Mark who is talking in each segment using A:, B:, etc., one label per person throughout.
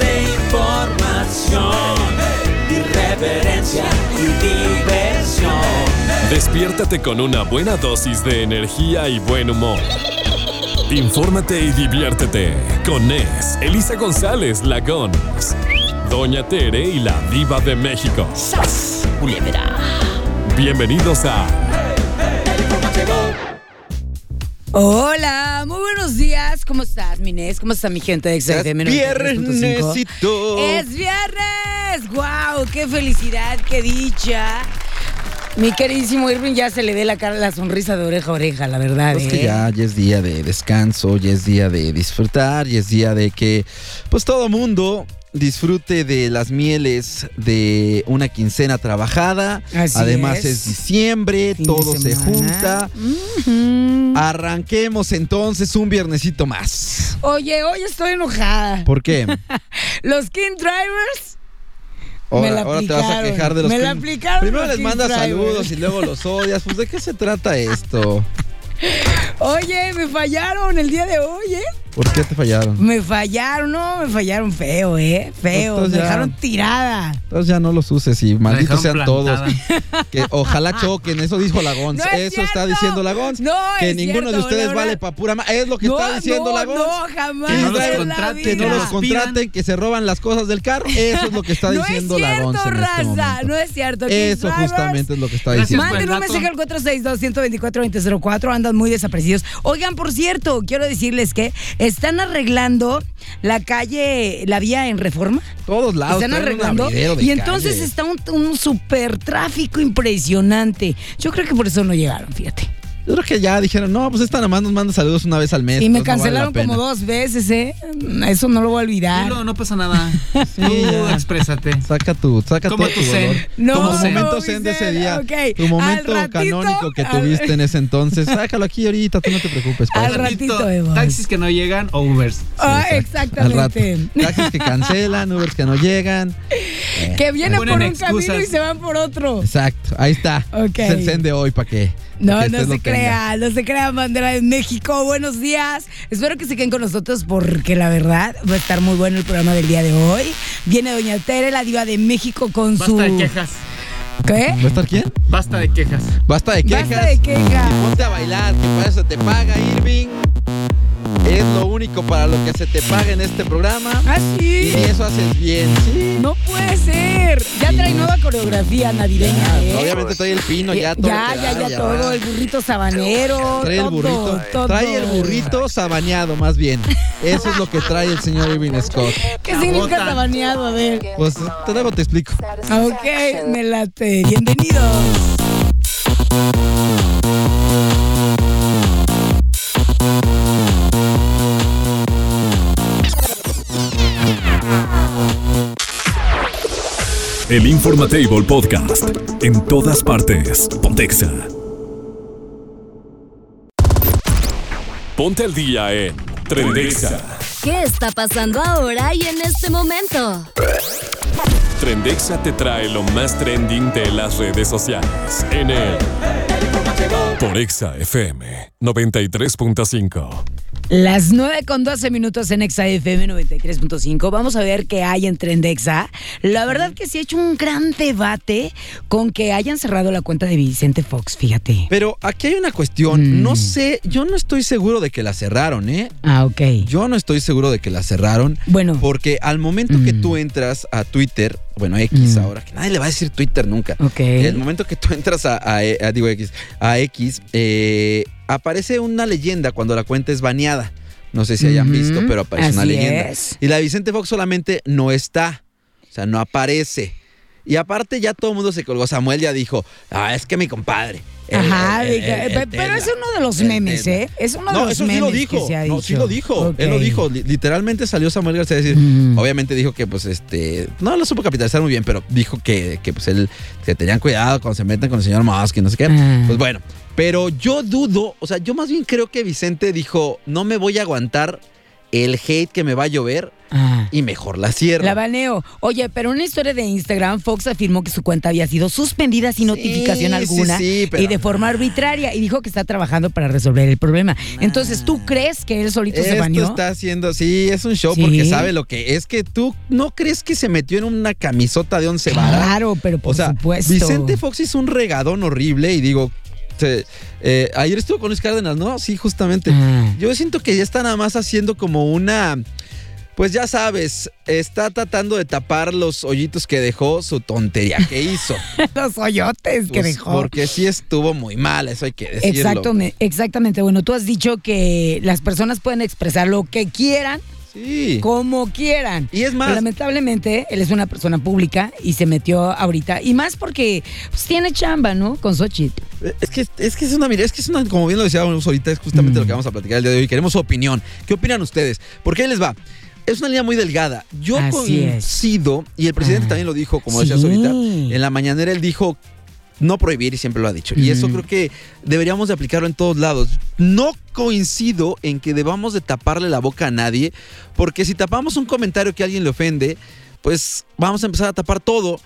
A: de información, irreverencia y diversión.
B: Despiértate con una buena dosis de energía y buen humor. Infórmate y diviértete con Es, Elisa González Lagón, Doña Tere y la Diva de México. Bienvenidos a
C: Hola, muy buenos días. ¿Cómo estás, Minés? ¿Cómo está mi gente de XFM? 93.5? Es viernes. ¡Wow! ¡Qué felicidad! ¡Qué dicha! Mi queridísimo Irving ya se le dé la cara, la sonrisa de oreja a oreja, la verdad.
D: Pues que
C: ¿eh?
D: ya, ya es día de descanso, ya es día de disfrutar, ya es día de que pues todo mundo disfrute de las mieles de una quincena trabajada.
C: Así
D: Además
C: es.
D: es, diciembre,
C: Fin de
D: todo se
C: semana.
D: junta.
C: Mm.
D: Arranquemos entonces un viernesito más.
C: Oye, hoy estoy enojada.
D: ¿Por qué?
C: Los King Drivers Me la
D: Ahora, ahora te vas a
C: aplicaron.
D: quejar de los
C: Me la
D: King-
C: aplicaron
D: Primero
C: los
D: les
C: King
D: mandas
C: Drivers.
D: saludos y luego los odias. Pues de qué se trata esto?
C: Oye, me fallaron el día de hoy, ¿eh?
D: ¿Por qué te fallaron?
C: Me fallaron, no, me fallaron feo, ¿eh? Feo,
D: Estos
C: me
D: ya-
C: dejaron tirada.
D: Entonces ya no los uses y malditos sean
E: dejaron
D: todos.
E: plantada.
D: Que ojalá choquen, eso dijo Lagón.
C: No es
D: eso está
C: cierto.
D: diciendo Lagón.
C: No
D: que
C: es
D: ninguno de
C: cierto,
D: ustedes
C: la
D: vale
C: verdad.
D: pa' pura ma- Es lo que está diciendo
C: no,
D: Lagón.
C: No, jamás.
D: Que no
C: en
D: los
C: la
E: contraten,
D: Que
C: vida.
D: no los
E: Mira.
D: contraten, que se roban las cosas del carro. Eso es lo que está
C: No
D: diciendo
C: es cierto,
D: Lagón. en este
C: raza,
D: momento.
C: no es cierto. Kids
D: Eso
C: Drivers,
D: justamente es lo que está
E: Gracias,
D: diciendo.
E: Manuel.
C: Manden un
E: Buen dato.
C: mensaje al 462-124-2004. Andan muy desaparecidos. Oigan, por cierto, quiero decirles que están arreglando la calle, la vía en reforma.
D: Todos lados.
C: están
D: traen un
C: arreglando.
D: abridero de
C: Y entonces
D: calle.
C: está un, un super tráfico impresionante. Yo creo que por eso no llegaron, fíjate.
D: Yo creo que ya dijeron, no, pues esta nada más nos manda saludos una vez al mes.
C: Y me
D: entonces no vale la
C: cancelaron como
D: pena".
C: dos veces, ¿eh? Eso no lo voy a olvidar.
E: Dilo, no pasa nada.
D: Sí,
E: Tú
D: ya.
E: exprésate.
D: Saca tu, saca
E: Toma
D: todo tu
E: tu zen.
D: dolor.
C: No,
D: Como
E: no,
D: tu momento zen de ese
C: Vicente,
D: día.
C: ok.
D: Tu momento
C: Al ratito,
D: canónico que
C: al-
D: tuviste en ese entonces. Sácalo aquí ahorita, tú no te preocupes. por
C: Al
D: eso.
C: ratito, Evo.
E: Taxis que no llegan o Ubers.
C: Ah,
D: Exacto, al rato.
C: exactamente.
D: Taxis que cancelan, Ubers que no llegan. Eh.
C: Que vienen por
E: Ponen
C: un
E: excusas.
C: camino y se van por otro.
D: Exacto, ahí está.
C: Ok.
D: Es el zen de hoy para que.
C: No,
D: pa' que
C: no
D: usted
C: se
D: lo tenga.
C: crea, no se crea bandera de México. Buenos días. Espero que se queden con nosotros porque la verdad va a estar muy bueno el programa del día de hoy. Viene Doña Tere, la diva de México con su
E: Basta de quejas.
C: ¿Qué?
D: ¿Va a estar quién?
E: Basta de quejas.
D: Basta de quejas.
C: Basta de quejas.
D: Ponte a bailar, que para eso te paga Irving. Es lo único para lo que se te paga en este programa.
C: Ah,
D: Y
C: sí.
D: eso haces bien, sí.
C: No puede ser. Ya trae nueva coreografía navideña, ¿eh?
D: Obviamente trae el pino, ya todo.
C: ya,
D: te
C: ya,
D: da,
C: ya, todo, el burrito sabanero.
D: Trae el
C: todo,
D: burrito.
C: todo.
D: Trae el burrito sabaneado, más bien. Eso es lo que trae el señor Irving Scott.
C: ¿Qué significa
E: Bota.
C: sabaneado? A ver. Ah,
D: Pues te luego te explico.
C: Ok, me late. Bienvenidos.
B: el Informatable Podcast en todas partes. Pontexa. Ponte al día en Trendexa.
F: ¿Qué está pasando ahora y en este momento?
B: Trendexa te trae lo más trending de las redes sociales en el por Exa FM 93.5.
C: Las 9 con 12 minutos en Exa FM 93.5. Vamos a ver qué hay en Trendexa. La verdad que sí he hecho un gran debate con que hayan cerrado la cuenta de Vicente Fox, fíjate.
D: Pero aquí hay una cuestión.
C: Mm.
D: No sé, yo no estoy seguro de que la cerraron, ¿eh?
C: Ah, ok.
D: Yo no estoy seguro de que la cerraron.
C: Bueno,
D: Porque al momento que
C: Mm.
D: tú entras a Twitter, bueno, X
C: Mm.
D: ahora, que nadie le va a decir Twitter nunca.
C: ok.
D: El momento que tú entras a, a- eh, a- digo, X, a X, eh, aparece una leyenda cuando la cuenta es baneada. No sé si hayan
C: Ujú,
D: visto, pero aparece una
C: así
D: leyenda.
C: es.
D: Y la de Vicente Fox solamente no está. O sea, no aparece. Y aparte ya todo el mundo se colgó. Samuel ya dijo, ah, es que mi compadre. el-
C: Ajá,
D: el-
C: de
D: el-
C: que-
D: el-
C: pe-
D: el
C: pero es
D: Tesla,
C: uno de los
D: el
C: memes,
D: Tesla".
C: ¿eh? Es uno de
D: No,
C: los
D: eso sí
C: memes
D: lo dijo.
C: que se ha dicho.
D: No, sí lo dijo. Él lo
C: Ok.
D: dijo. Li- Literalmente salió Samuel García a decir,
C: Mm.
D: obviamente dijo que pues este, no lo supo capitalizar muy bien, pero dijo que, que, pues él, que tenían cuidado cuando se meten con el señor Musk y no sé qué.
C: Ah.
D: Pues bueno, pero yo dudo, o sea, yo más bien creo que Vicente dijo, no me voy a aguantar el hate que me va a llover
C: Ah.
D: y mejor la cierro.
C: La baneo. Oye, pero una historia de Instagram, Fox afirmó que su cuenta había sido suspendida sin
D: Sí,
C: notificación
D: sí,
C: alguna
D: sí, pero-
C: y de forma arbitraria y dijo que está trabajando para resolver el problema. Entonces, ¿tú crees que él solito se
D: Esto
C: baneó?
D: está haciendo, sí, es un show
C: Sí.
D: porque sabe lo que es que tú no crees que se metió en una camisota de once varas.
C: Claro, pero por
D: o sea,
C: supuesto.
D: Vicente Fox hizo un regadón horrible y digo, se- eh, ayer estuvo con Luis Cárdenas, ¿no? Sí, justamente.
C: Ah.
D: Yo siento que ya está nada más haciendo como una, pues ya sabes, está tratando de tapar los hoyitos que dejó su tontería que hizo.
C: Los hoyotes que
D: Pues,
C: dejó.
D: Porque sí estuvo muy mal, eso hay que decirlo.
C: Exactamente, exactamente. Bueno, tú has dicho que las personas pueden expresar lo que quieran,
D: Sí.
C: como quieran.
D: Y es
C: Pero
D: más,
C: lamentablemente, él es una persona pública y se metió ahorita. Y más porque pues, tiene chamba, ¿no? Con Xochitl.
D: Es que, es que es una, mira, es que es una, como bien lo decíamos ahorita, es justamente
C: Mm.
D: lo que vamos a platicar el día de hoy. Queremos su opinión. ¿Qué opinan ustedes? Porque ahí les va. Es una línea muy delgada. Yo
C: Así es.
D: coincido, y el presidente
C: Ah.
D: también lo dijo, como decías
C: Sí.
D: ahorita, en la mañanera él dijo no prohibir y siempre lo ha dicho. Y eso
C: Mm.
D: creo que deberíamos de aplicarlo en todos lados. No coincido en que debamos de taparle la boca a nadie, porque si tapamos un comentario que a alguien le ofende, pues vamos a empezar a tapar todo.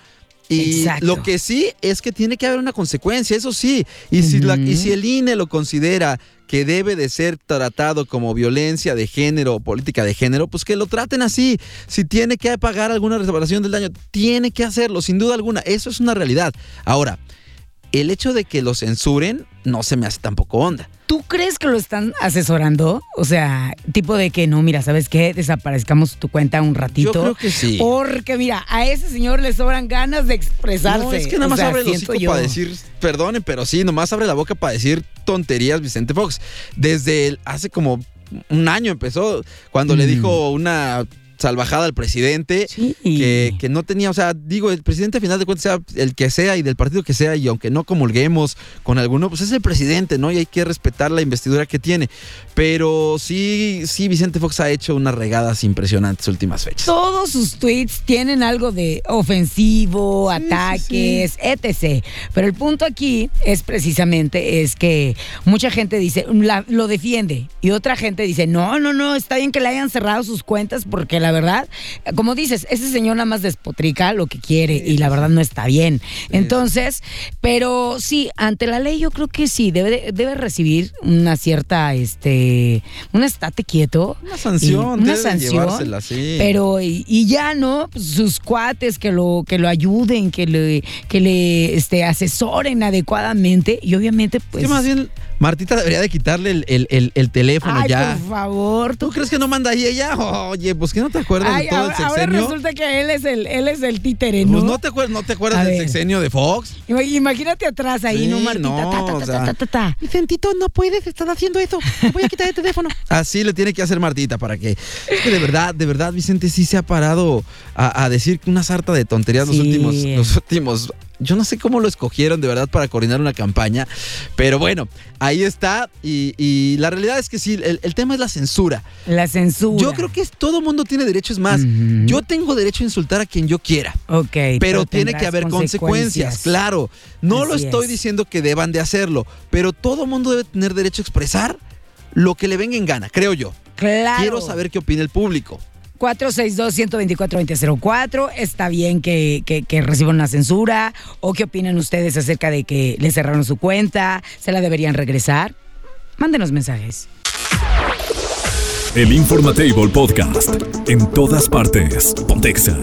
D: Y
C: Exacto.
D: lo que sí es que tiene que haber una consecuencia, eso sí. Y si, la- y si el INE lo considera que debe de ser tratado como violencia de género o política de género, pues que lo traten así. Si tiene que pagar alguna reparación del daño, tiene que hacerlo, sin duda alguna. Eso es una realidad. Ahora, el hecho de que lo censuren no se me hace tampoco onda.
C: ¿Tú crees que lo están asesorando? O sea, tipo de que no, mira, ¿sabes qué? Desaparezcamos tu cuenta un ratito.
D: Yo creo que sí.
C: Porque, mira, a ese señor le sobran ganas de expresarse.
D: No, es que nada
C: O
D: más
C: sea,
D: abre el
C: siento
D: hocico
C: yo.
D: para decir, perdonen, pero sí, nomás abre la boca para decir tonterías Vicente Fox. Desde el- hace como un año empezó, cuando le
C: Mm.
D: dijo una salvajada al presidente.
C: Sí.
D: Que, que no tenía, o sea, digo, el presidente a final de cuentas, sea el que sea y del partido que sea, y aunque no comulguemos con alguno, pues es el presidente, ¿no? Y hay que respetar la investidura que tiene. Pero sí, sí, Vicente Fox ha hecho unas regadas impresionantes últimas fechas.
C: Todos sus tweets tienen algo de ofensivo, ataques, etc. Pero el punto aquí es precisamente es que mucha gente dice "La- lo defiende y otra gente dice no, no, no, está bien que le hayan cerrado sus cuentas porque la verdad, como dices, ese señor nada más despotrica lo que quiere y la verdad no está bien. Entonces, pero sí, ante la ley yo creo que sí debe de- debe recibir una cierta, este, un estate quieto.
D: Una sanción,
C: Y- una
D: deben
C: sanción,
D: llevársela, sí.
C: Pero, y, y ya, ¿no? Pues, Sus cuates que lo, que lo ayuden, que le, que le este, asesoren adecuadamente. Y obviamente, pues.
D: que más bien Martita debería de quitarle el, el- el- el teléfono
C: ay,
D: ya.
C: por favor.
D: ¿Tú
C: Tú,
D: crees que no manda ahí ella? Oye, pues que no te acuerdas
C: ay,
D: de todo
C: ahora,
D: el
C: ahora
D: sexenio.
C: resulta que él es el, él es el títere, ¿no?
D: Pues no te acuerdas, no te acuerdas
C: A
D: del
C: ver.
D: sexenio de Fox.
C: Ima- Imagínate atrás ahí,
D: Sí,
C: ¿no, Martita?
D: no,
C: Ta, ta, ta,
D: o sea.
C: ta, ta, ta.
D: Vicentito, no puedes estar haciendo eso. voy a quitar el teléfono. Así le tiene que hacer Martita para que. Es que de verdad, de verdad, Vicente sí se ha parado a, a decir una sarta de tonterías
C: Sí.
D: los últimos. Los últimos. Yo no sé cómo lo escogieron de verdad para coordinar una campaña. Pero bueno, ahí está. Y, y la realidad es que sí, el, el tema es la censura.
C: La censura.
D: Yo creo que es- todo mundo tiene derecho, es más,
C: Ujú.
D: yo tengo derecho a insultar a quien yo quiera.
C: Ok.
D: Pero tiene
C: tendrás
D: que haber consecuencias, claro. No lo
C: Así
D: estoy
C: es.
D: diciendo que deban de hacerlo, pero todo mundo debe tener derecho a expresar lo que le venga en gana, creo yo.
C: Claro.
D: Quiero saber qué opina el público.
C: 462-124-2004. Está bien que, que, que reciban una censura. ¿O qué opinan ustedes acerca de que le cerraron su cuenta? ¿Se la deberían regresar? Mándenos mensajes.
B: El Informatable Podcast. En todas partes. Pontexa.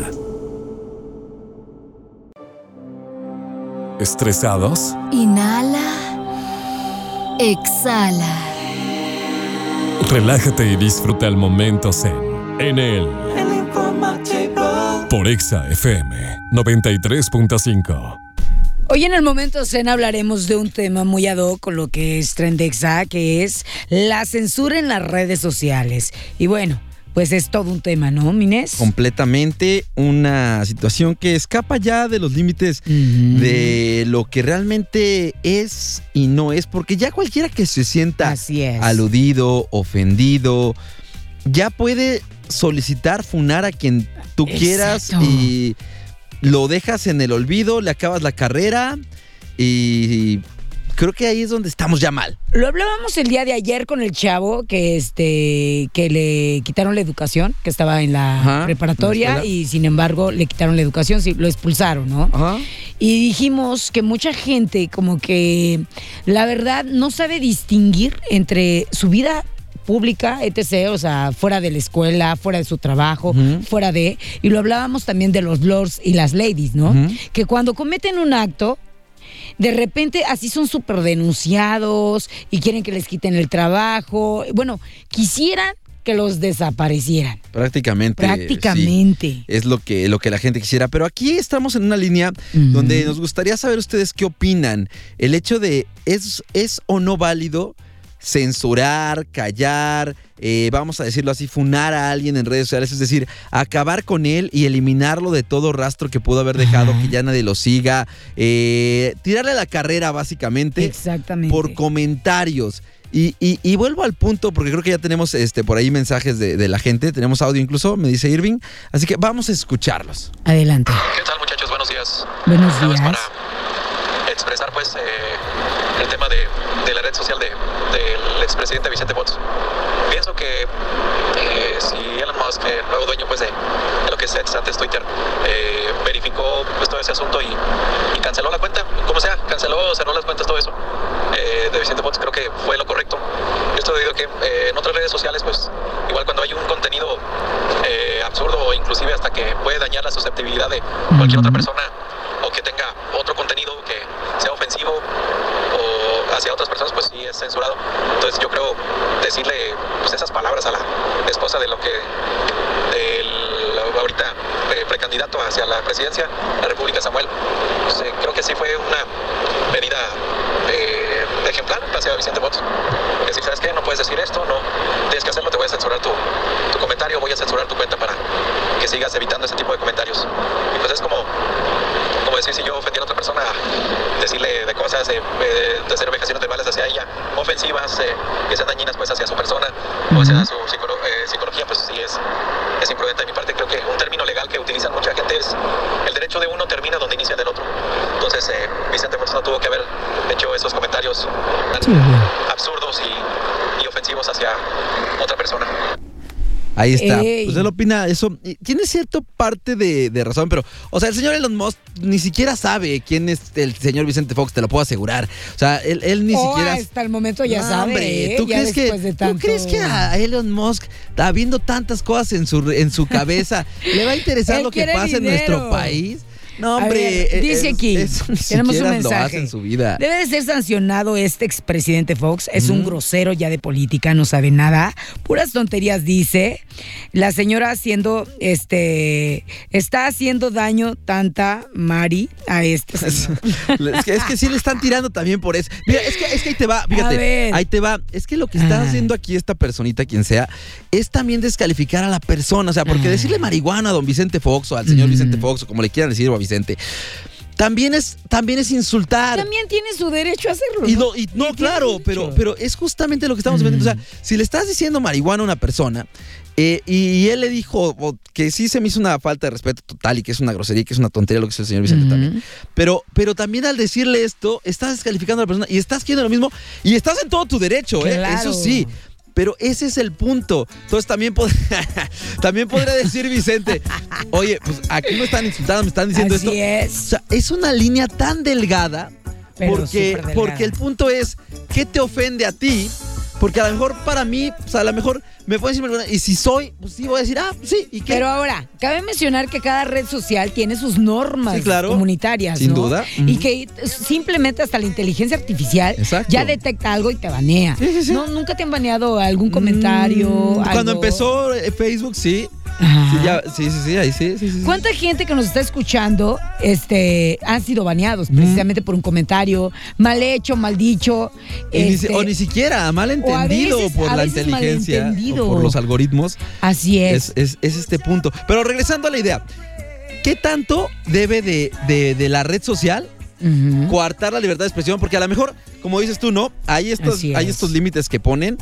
B: ¿Estresados?
F: Inhala. Exhala.
B: Relájate y disfruta el momento zen. En el. Por Exa FM 93.5.
C: Hoy en el momento Zen hablaremos de un tema muy ad hoc con lo que es Trendexa, que es la censura en las redes sociales. Y bueno, pues pues es todo un tema, ¿no, Mines?
D: completamente una situación que escapa ya de los límites
C: Ujú.
D: de
C: Mm.
D: lo que realmente es y no es, porque ya cualquiera que se sienta
C: Así es.
D: aludido, ofendido, ya puede solicitar funar a quien tú
C: Exacto.
D: quieras y lo dejas en el olvido, le acabas la carrera y creo que ahí es donde estamos ya mal.
C: Lo hablábamos el día de ayer con el chavo que este que le quitaron la educación, que estaba en la
D: Ajá, en
C: preparatoria
D: la escuela.
C: y sin embargo le quitaron la educación, sí, lo expulsaron, ¿no? Y dijimos que mucha gente como que la verdad no sabe distinguir entre su vida pública, etc., o sea, fuera de la escuela, fuera de su trabajo,
D: Ujú.
C: fuera de... Y lo hablábamos también de los lords y las ladies, ¿no?
D: Ujú.
C: Que cuando cometen un acto, de repente así son súper denunciados y quieren que les quiten el trabajo. Bueno, quisieran que los desaparecieran,
D: Prácticamente. Eh, sí.
C: prácticamente.
D: es lo que, lo que la gente quisiera. Pero aquí estamos en una línea
C: Ujú.
D: donde nos gustaría saber ustedes qué opinan. El hecho de es, es o no válido censurar, callar, eh, vamos a decirlo así, funar a alguien en redes sociales, es decir, acabar con él y eliminarlo de todo rastro que pudo haber dejado, que ya nadie lo siga, eh, tirarle la carrera básicamente
C: Exactamente.
D: Este, por comentarios. Y, y- y vuelvo al punto, porque creo que ya tenemos este, por ahí mensajes de, de la gente, tenemos audio incluso, me dice Irving. Así que vamos a escucharlos.
C: Adelante.
G: ¿Qué tal muchachos? Buenos días.
C: Buenos
G: Nada más
C: días.
G: para expresar pues eh, el tema de, de la red social de- del expresidente Vicente Fox. Pienso que eh, si Elon Musk, el nuevo dueño pues de, de lo que es ex antes Twitter, eh, verificó pues, todo ese asunto y, y canceló la cuenta, como sea, canceló, cerró las cuentas, todo eso eh, de Vicente Fox, creo que fue lo correcto. Esto debido a que eh, en otras redes sociales pues igual cuando hay un contenido eh, absurdo o inclusive hasta que puede dañar la susceptibilidad de cualquier otra persona o que tenga otro contenido que sea ofensivo o hacia otras personas, pues sí es censurado. Entonces yo creo decirle pues, esas palabras a la esposa de lo que del ahorita eh, precandidato hacia la presidencia de la República, Samuel, pues, eh, creo que sí fue una medida eh, ejemplar hacia Vicente Fox. Decir, ¿sabes qué? No puedes decir esto, no tienes que hacerlo, te voy a censurar tu, tu comentario, voy a censurar tu cuenta para que sigas evitando ese tipo de comentarios. Y pues es como como decir si yo ofendí a otra persona, decirle de cosas, eh, eh, de hacer vejaciones verbales hacia ella, ofensivas, eh, que sean dañinas pues hacia su persona o hacia su psicolo- eh, psicología, pues sí es, es imprudente de mi parte. Creo que un término legal que utilizan mucha gente es el derecho de uno termina donde inicia el del otro. Entonces eh, Vicente Fox no tuvo que haber hecho esos comentarios tan absurdos y- y ofensivos hacia otra persona.
D: Ahí está.
C: Ey.
D: Usted lo opina eso. Y Tiene cierta parte de, de razón, pero, o sea, el señor Elon Musk ni siquiera sabe quién es el señor Vicente Fox, te lo puedo asegurar. O sea, él, él ni
C: O
D: siquiera...
C: Oh, hasta el momento ya
D: No,
C: sabe.
D: hombre,
C: ¿eh?
D: ¿tú,
C: Ya
D: crees que,
C: después de
D: ¿tú crees
C: tanto-
D: que a Elon Musk, habiendo tantas cosas en su, en su cabeza, le va a interesar
C: Él
D: lo que
C: quiere
D: pasa en nuestro
C: dinero.
D: país? No,
C: A
D: hombre.
C: ver,
D: eh,
C: dice
D: es-
C: aquí,
D: eso
C: tenemos un
D: ni siquiera Lo
C: mensaje.
D: hace en su vida.
C: Debe de ser sancionado este expresidente Fox. Es un grosero ya de política, no sabe nada. Puras tonterías dice. La señora haciendo, este, está haciendo daño tanta Mari a este señor.
D: Es que, es que sí le están tirando también por eso. Mira, es que, es que ahí te va,
C: A
D: fíjate,
C: ver.
D: ahí te va. Es que lo que está
C: Ah.
D: haciendo aquí esta personita, quien sea, es también descalificar a la persona. O sea, porque
C: Ah.
D: decirle marihuana a don Vicente Fox o al señor
C: Mm.
D: Vicente Fox o como le quieran decir o a Vicente, también es, también es insultar.
C: También tiene su derecho a hacerlo.
D: Y no, y no claro, pero, pero es justamente lo que estamos viendo. O sea, si le estás diciendo marihuana a una persona eh, y, y él le dijo o, que sí se me hizo una falta de respeto total y que es una grosería, que es una tontería lo que hizo el señor Vicente también. Pero, pero también al decirle esto, estás descalificando a la persona y estás haciendo lo mismo y estás en todo tu derecho, ¿eh?
C: Claro.
D: Eso sí. Pero ese es el punto. Entonces también, pod- también podría decir Vicente, oye, pues aquí me están insultando, me están diciendo
C: Así
D: esto. O
C: es.
D: sea, es una línea tan delgada
C: Pero
D: porque,
C: superdelgada.
D: porque el punto es, ¿qué te ofende a ti? Porque a lo mejor para mí, pues a lo mejor me pueden decir, "Marihuana", y si soy, pues sí, voy a decir, ah, pues sí, ¿y qué?
C: Pero ahora, cabe mencionar que cada red social tiene sus normas
D: Sí, claro.
C: comunitarias.
D: Sin
C: ¿no?
D: duda.
C: Y
D: Ujú.
C: que simplemente hasta la inteligencia artificial
D: Exacto.
C: ya detecta algo y te banea.
D: Sí, sí, sí.
C: No, nunca te han baneado algún comentario.
D: Mm, Cuando
C: algo?
D: empezó eh, Facebook, sí.
C: Ajá.
D: Sí, ya- sí, sí, sí, ahí sí, sí, sí, sí.
C: ¿Cuánta gente que nos está escuchando este, han sido baneados
D: Mm.
C: precisamente por un comentario mal hecho, mal dicho?
D: Y ni si-
C: este,
D: o ni siquiera malentendido
C: veces-
D: por
C: a
D: la
C: veces
D: inteligencia
C: malentendido.
D: o por los algoritmos.
C: así es.
D: Es, es- es este punto. Pero regresando a la idea, ¿qué tanto debe de, de- de la red social
C: Ujú.
D: coartar la libertad de expresión? Porque a lo mejor, como dices tú, ¿no? Hay estos,
C: Así
D: hay
C: es.
D: estos límites que ponen.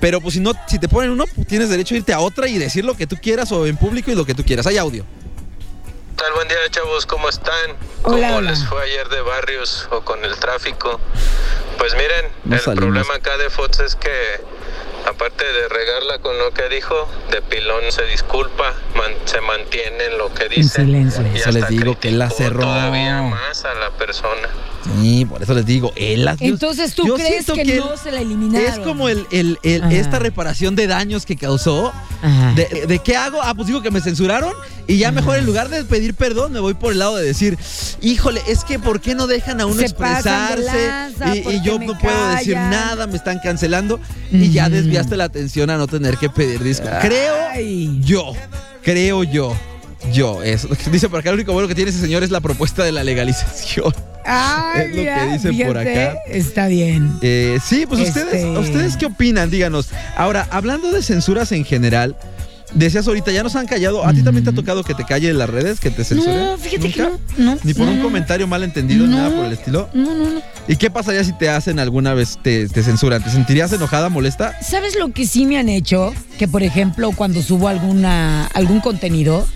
D: Pero pues si no, si te ponen uno, pues, tienes derecho a irte a otra y decir lo que tú quieras o en público y lo que tú quieras. Hay audio.
G: ¿Qué tal? Buen día, chavos. ¿Cómo están? ¿Cómo
C: Hola, hola.
G: les fue ayer de barrios o con el tráfico? Pues miren,
D: No
G: el
D: salimos.
G: problema acá de Fox es que, aparte de regarla con lo que dijo, de pilón se disculpa, man- se mantiene en lo que
C: En
G: dice.
C: silencio.
G: Y
D: Eso les
G: hasta
D: digo que la
G: criticó
D: cerró.
G: Todavía más a la persona.
D: Sí, por eso les digo, él las-
C: Entonces, ¿tú
D: yo
C: crees
D: siento
C: que,
D: que
C: no se la eliminaron?
D: Es como el, el- el-
C: Ajá.
D: esta reparación de daños que causó.
C: Ajá.
D: De, de qué hago? Ah, pues digo que me censuraron y ya mejor en lugar de pedir perdón me voy por el lado de decir, híjole, es que ¿por qué no dejan a uno
C: Se pasan de
D: expresarse?
C: lanza,
D: Y-
C: ¿por
D: y,
C: qué
D: yo
C: me
D: no puedo decir
C: callan?
D: nada, me están cancelando y ya
C: Ujú.
D: desviaste la atención a no tener que pedir disco. Creo
C: Ay.
D: yo, creo yo. Yo, eso. Dice por acá, lo único bueno que tiene ese señor es la propuesta de la legalización.
C: Ay,
D: Es lo que
C: mira,
D: dice por
C: fíjate,
D: acá.
C: Está bien.
D: Eh, sí, pues ustedes,
C: Este-
D: ustedes qué opinan, díganos. Ahora, hablando de censuras en general, decías ahorita, ya nos han callado. ¿A ti también te ha
C: Ujú.
D: tocado que te callen las redes, que te censuren?
C: No, fíjate que
D: ¿Nunca?
C: no, no,
D: Ni por
C: no,
D: un
C: no.
D: comentario malentendido,
C: No.
D: nada por el estilo.
C: No, no, no.
D: ¿Y qué pasaría si te hacen alguna vez, te, te censuran? ¿Te sentirías enojada, molesta?
C: ¿Sabes lo que sí me han hecho? Que por ejemplo, cuando subo alguna, algún contenido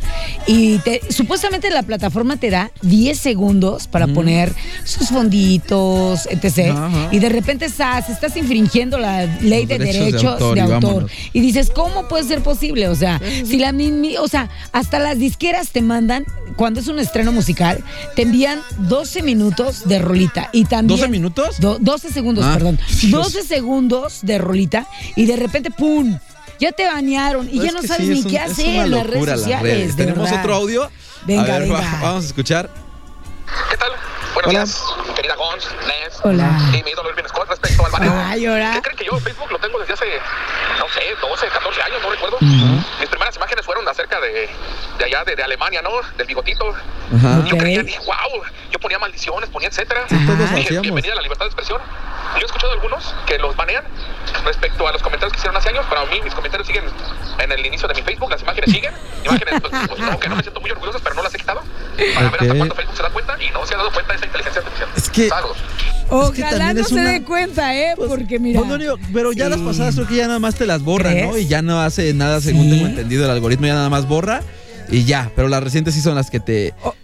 C: y te- supuestamente la plataforma te da 10 segundos para poner sus fonditos, etc.
D: Ajá.
C: Y de repente zas, estás infringiendo la ley
D: Los
C: de
D: derechos de
C: derechos de autor.
D: autor y vámonos.
C: Y dices, ¿cómo puede ser posible? O sea, si la mi- mi- o sea, hasta las disqueras te mandan, cuando es un estreno musical, te envían 12 minutos de rolita. Y también.
D: ¿12 minutos?
C: Do- 12 segundos,
D: Ah,
C: perdón.
D: Dios.
C: 12 segundos de rolita y de repente, ¡pum! Ya te banearon y ya
D: No, Pues es
C: no
D: que
C: sabes
D: sí,
C: ni
D: es un-
C: qué
D: es
C: hacer
D: una
C: en las
D: locura
C: redes sociales. de
D: Tenemos
C: verdad.
D: otro audio.
C: Venga,
D: a ver, va-
C: venga.
D: vamos a escuchar.
G: ¿Qué tal? Buenos
D: Hola.
G: días, querida Gons, Nes.
C: Hola.
G: Sí, me hizo Luis Scott respecto al barrio.
C: Ay, ahora.
G: ¿Qué creen que yo Facebook lo tengo desde hace, no sé, 12, 14 años, no recuerdo? Mis primeras imágenes fueron acerca de, de allá, de, de Alemania, ¿no? Del bigotito.
D: Ajá.
G: Yo
C: Ok.
G: creía, dije, wow, yo ponía maldiciones, ponía etcétera.
D: todos
G: Dije,
D: hacíamos.
G: bienvenida a la libertad de expresión. Yo he escuchado algunos que los banean respecto a los comentarios que hicieron hace años. Para mí, mis comentarios siguen en el inicio de mi Facebook, las imágenes siguen. Imágenes, pues, pues, no, que no me siento muy orgulloso, pero no las he quitado. Para ver
D: Ok.
G: hasta cuándo Facebook se da cuenta y no se ha dado cuenta de esa inteligencia artificial.
D: Es que-
G: Saludos.
C: Ojalá
D: también
C: no
D: es
C: se
D: una-
C: dé cuenta, ¿eh?
D: Pues,
C: Porque mira.
D: pues, lo único- pero ya
C: Sí.
D: las pasadas creo que ya nada más te las borra,
C: ¿Crees?
D: ¿no? Y ya no hace nada, según
C: Sí.
D: tengo entendido, el algoritmo ya nada más borra y ya. Pero las recientes sí son las que te.
C: O-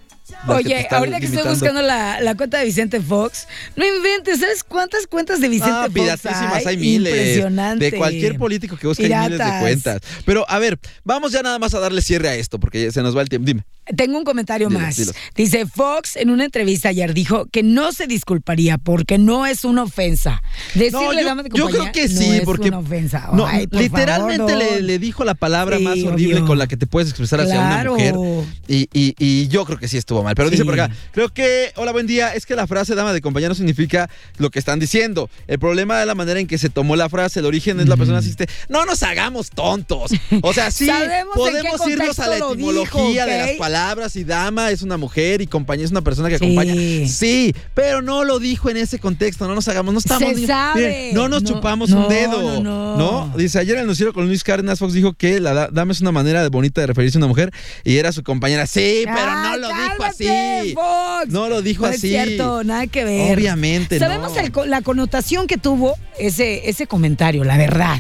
D: las que te
C: Oye,
D: están
C: ahorita que estoy
D: limitando.
C: buscando la, la cuenta de Vicente Fox, no inventes, ¿sabes cuántas cuentas de Vicente
D: Ah,
C: Fox?
D: piratísimas, hay miles.
C: Impresionante.
D: De cualquier político que busque hay miles de
C: Piratas.
D: cuentas. Pero a ver, vamos ya nada más a darle cierre a esto, porque ya se nos va el tiempo. Dime.
C: Tengo un comentario
D: Dilo,
C: más.
D: dilo.
C: Dice Fox en una entrevista ayer dijo que no se disculparía porque no es una ofensa. Decirle
D: No, yo,
C: dama de
D: yo
C: compañía
D: creo que sí,
C: no es
D: porque
C: una ofensa.
D: no,
C: Ay, por
D: literalmente
C: favor, no.
D: le, le dijo la palabra
C: Sí,
D: más horrible
C: obvio.
D: con la que te puedes expresar hacia
C: Claro.
D: una mujer. Y, y- y yo creo que sí estuvo mal. Pero dice
C: Sí.
D: por acá, creo que, hola, buen día, es que la frase dama de compañía no significa lo que están diciendo. El problema es la manera en que se tomó la frase, el origen es la persona asiste. No nos hagamos tontos. O sea, sí,
C: Sabemos en
D: podemos
C: qué
D: irnos a la
C: contexto lo dijo,
D: etimología de las
C: ¿ok?
D: palabras y dama es una mujer y compañía es una persona que
C: Sí.
D: acompaña. Sí, pero no lo dijo en ese contexto, no nos hagamos, no estamos...
C: Se
D: ni-
C: sabe.
D: miren, no nos
C: No,
D: chupamos
C: no,
D: un dedo.
C: no, no.
D: ¿no? Dice, ayer en el noticiero con Luis Cárdenas Fox dijo que la da- dama es una manera de- bonita de referirse a una mujer y era su compañera. Sí, pero no
C: Ay,
D: lo
C: cálmate,
D: dijo así.
C: Fox.
D: No lo dijo
C: No
D: así.
C: Es cierto, nada que ver.
D: Obviamente,
C: Sabemos
D: no.
C: el co- la connotación que tuvo ese, ese comentario, la verdad.